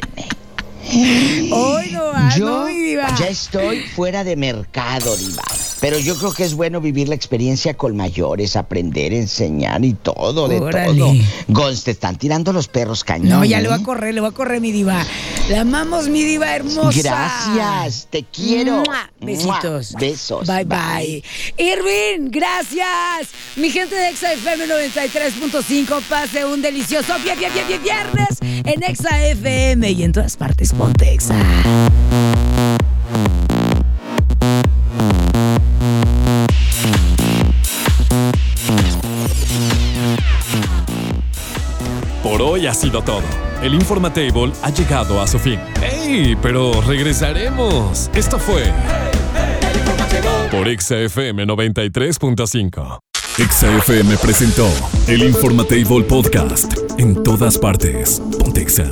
C: Hoy no va,
H: Yo
C: ah, no, mi diva.
H: ya estoy fuera de mercado, diva. Pero yo creo que es bueno vivir la experiencia con mayores, aprender, enseñar y todo, de
C: Órale.
H: todo. Gons, te están tirando los perros cañones. ¿eh?
C: No, ya le va a correr, le va a correr mi diva. La amamos, mi diva hermosa.
H: Gracias, te quiero.
C: ¡Mua! Besitos.
H: ¡Mua! Besos.
C: Bye, bye. Irving, gracias. Mi gente de Exa FM 93.5, pase un delicioso vie- vie- vie- vie- viernes en Exa FM y en todas partes ponte Exa.
B: Por hoy ha sido todo. El Informatable ha llegado a su fin. ¡Ey! Pero regresaremos. Esto fue. Por XFM 93.5.
Q: XFM presentó el Informatable Podcast. En todas partes. Pontexa.